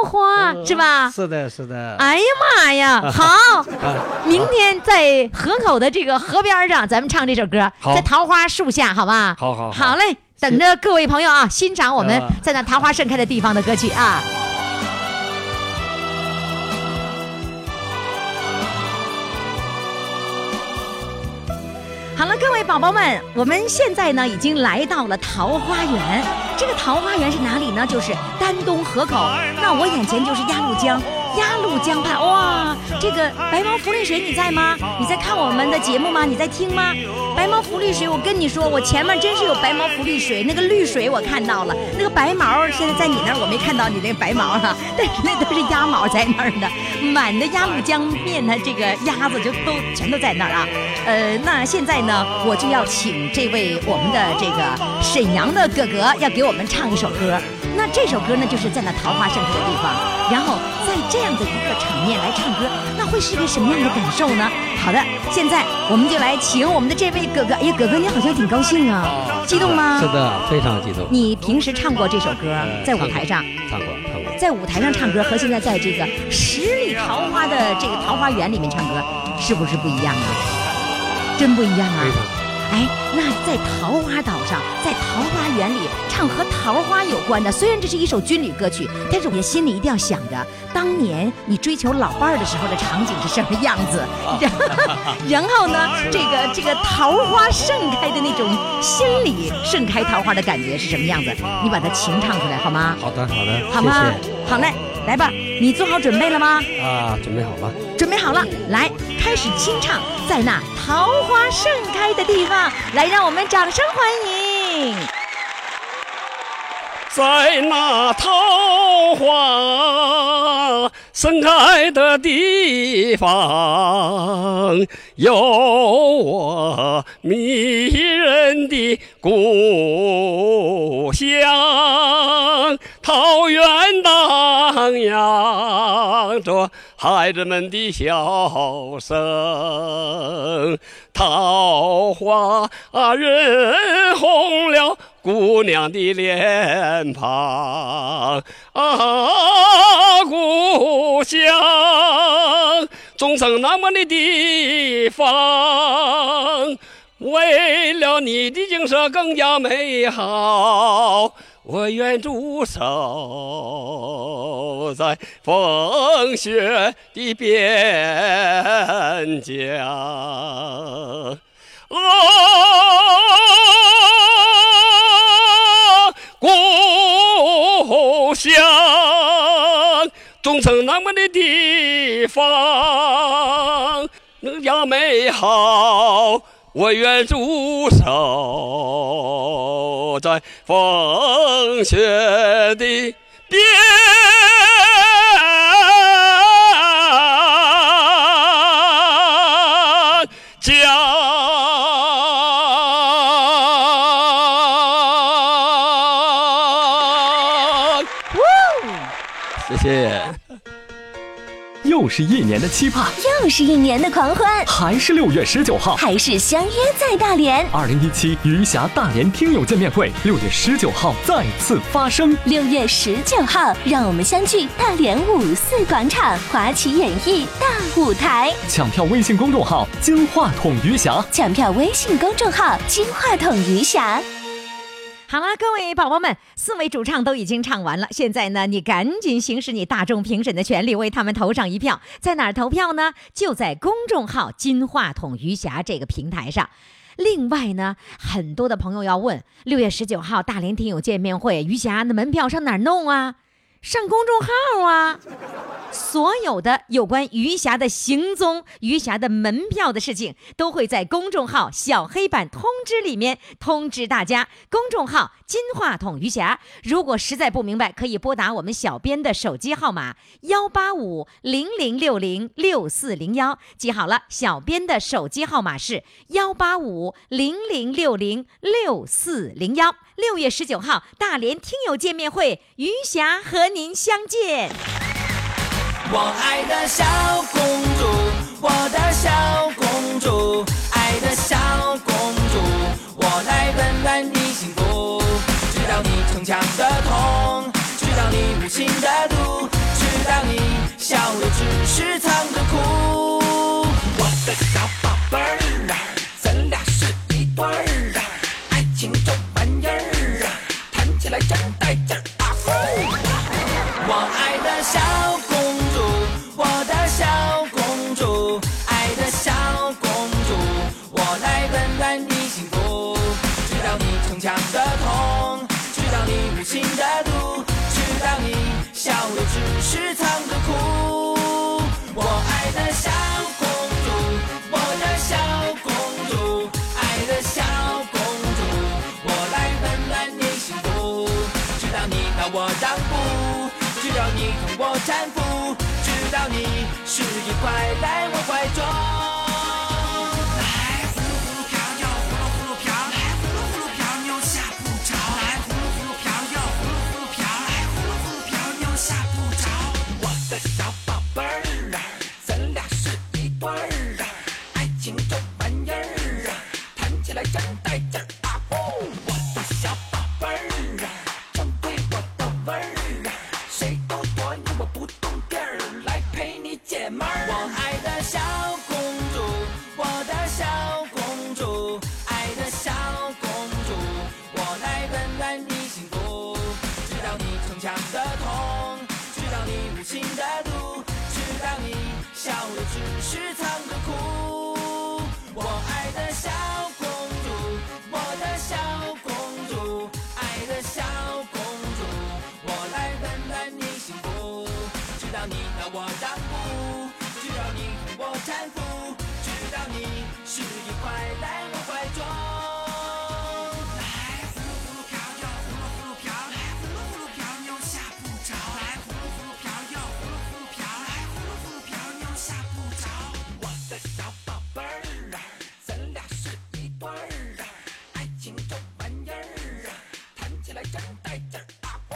Speaker 3: 花、
Speaker 9: 呃
Speaker 3: 是吧？
Speaker 9: 是的，是的，
Speaker 3: 啊哎呀妈呀，好！
Speaker 9: 啊，
Speaker 3: 明天在河口的这个河边上，咱们唱这首歌，
Speaker 9: 好
Speaker 3: 在桃花树下，好吧？
Speaker 9: 好好
Speaker 3: 好，嘞，等着各位朋友啊，欣赏我们
Speaker 9: 呃
Speaker 3: 在那桃花盛开的地方的歌曲啊。好了，各位宝宝们，我们现在呢已经来到了桃花源。这个桃花源是哪里呢？就是丹东河口。那我眼前就是鸭绿江，鸭绿江畔，哇，这个白毛浮绿水你在吗？你在看我们的节目吗？你在听吗？白毛浮绿水，我跟你说，我前面真是有白毛浮绿水，那个绿水我看到了，那个白毛现在在你那儿，我没看到你那白毛啊，但是那都是鸭毛在那儿呢，满的鸭绿江面的这个鸭子就都全都在那儿啊。呃，那现在呢，我就要请这位我们的这个沈阳的哥哥要给我们唱一首歌。那这首歌呢，就是在那桃花盛开的地方，然后在这样的一个场面来唱歌，那会是一个什么样的感受呢？好的，现在我们就来请我们的这位哥哥。哎呀，哥哥，你好像挺高兴啊，激动吗？
Speaker 9: 是的，非常激动，
Speaker 3: 你平时唱过这首歌，在舞台上，
Speaker 9: 唱过，唱过，
Speaker 3: 在舞台上唱歌和现在在这个十里桃花的这个桃花源里面唱歌，是不是不一样啊？真不一样啊！
Speaker 9: 非常，
Speaker 3: 哎，那在桃花岛上，在桃花源里唱和桃花有关的，虽然这是一首军旅歌曲，但是我心里一定要想着，当年你追求老伴儿的时候的场景是什么样子， 然后 然后呢，这个这个桃花盛开的那种心里盛开桃花的感觉是什么样子，你把它情唱出来好吗？
Speaker 9: 好的，好的，
Speaker 3: 好吗？好嘞，来吧，你做好准备了吗？
Speaker 9: 谢谢啊，准备好了，
Speaker 3: 准备好了，来开始清唱，在那桃花盛开的地方，来让我们掌声欢迎。
Speaker 9: 在那桃花盛开的地方，有我迷人的故乡。桃源荡漾着孩子们的笑声，桃花啊，人红了姑娘的脸庞啊，故乡，终生难忘的地方。为了你的景色更加美好，我愿驻守在风雪的边疆。
Speaker 10: 啊，故乡，总成那么的地方，能将美好，我愿驻守在风雪的边。家。谢谢。
Speaker 1: 又是一年的期盼，
Speaker 2: 又是一年的狂欢，
Speaker 1: 还是六月十九号，
Speaker 2: 还是相约在大连。
Speaker 1: 二零一七余霞大连听友见面会，六月十九号再次发生。
Speaker 2: 六月十九号，让我们相聚大连五四广场华旗演艺大舞台。
Speaker 1: 抢票微信公众号“金话筒余霞”，
Speaker 2: 抢票微信公众号“金话筒余霞”。
Speaker 3: 好啦，各位宝宝们，四位主唱都已经唱完了，现在呢，你赶紧行使你大众评审的权利，为他们投上一票。在哪儿投票呢？就在公众号“金话筒余霞”这个平台上。另外呢，很多的朋友要问，六月十九号大连听友见面会，余霞的门票上哪儿弄啊？上公众号啊！所有的有关余霞的行踪、余霞的门票的事情，都会在公众号“小黑板通知”里面通知大家。公众号“金话筒余霞”，如果实在不明白，可以拨打我们小编的手机号码幺八五零零六零六四零幺。记好了，小编的手机号码是幺八五零零六零六四零幺。六月十九号，大连听友见面会，余霞和您相见。
Speaker 11: 我爱的小公主，我的小公主，爱的小公主，我来温暖你幸福。知道你逞强的痛，知道你无情的毒，知道你笑的只是藏着哭。我的小宝贝儿啊，咱俩是一对儿啊，爱情这玩意儿啊，谈起来真带劲儿啊！呼。我爱的小公主，我的小公主，爱的小公主，我来温暖你幸福。知道你逞强的痛，知道你无情的毒，知道你笑的只是藏着哭。我爱的小公主，我的小公主，爱的小公主，我来温暖你幸福。知道你让我让步，知道你同我搀扶，知道你是一块来我怀中。来呼噜呼噜飘又呼噜呼噜飘，来呼噜呼噜飘又吓不着，来呼噜呼噜飘又呼噜呼噜飘，来呼噜呼噜飘又吓不着。我的小宝贝儿啊，咱俩是一对儿啊，爱情这玩意儿啊，谈起来真带劲儿啊！呼我的小宝贝儿啊。正对我的味儿啊，谁都躲你我不动地儿，来陪你解闷儿。我爱的小公主，我的小公主，爱的小公主，我来温暖你幸福。知道你逞强的痛，知道你无情的毒，知道你笑的只是藏着哭。我爱的小公主，我的小公主，爱的小公主，我来温暖你幸福。知道你让我让步，知道你同我搀扶，知道你是一块来我怀中。来呼噜呼噜飘又呼噜呼噜飘，来呼噜呼噜飘又吓不着，来呼噜呼噜飘又呼噜呼噜飘，来呼噜呼噜飘又吓不着。我的小宝贝儿啊，咱俩是一对儿啊，爱情这玩意儿啊，谈起来真带劲儿啊！呼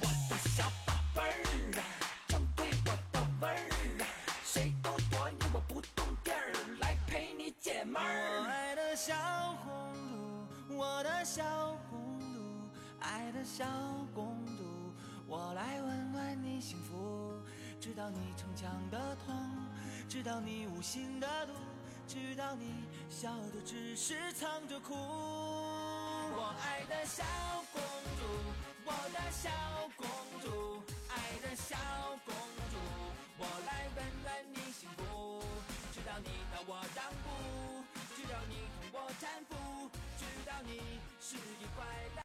Speaker 11: 我的小宝贝儿啊，正对我的味儿啊，谁都躲你我不动地儿，来陪你解闷儿。我爱的小公主，我的小公主，爱的小公主，我来温暖你幸福。知道你逞强的痛，知道你无心的毒，知道你笑的只是藏着哭。我爱的小公主，我的小公主，爱的小公主，我来温暖你幸福。知道你让我让步，知道你同我搀快乐。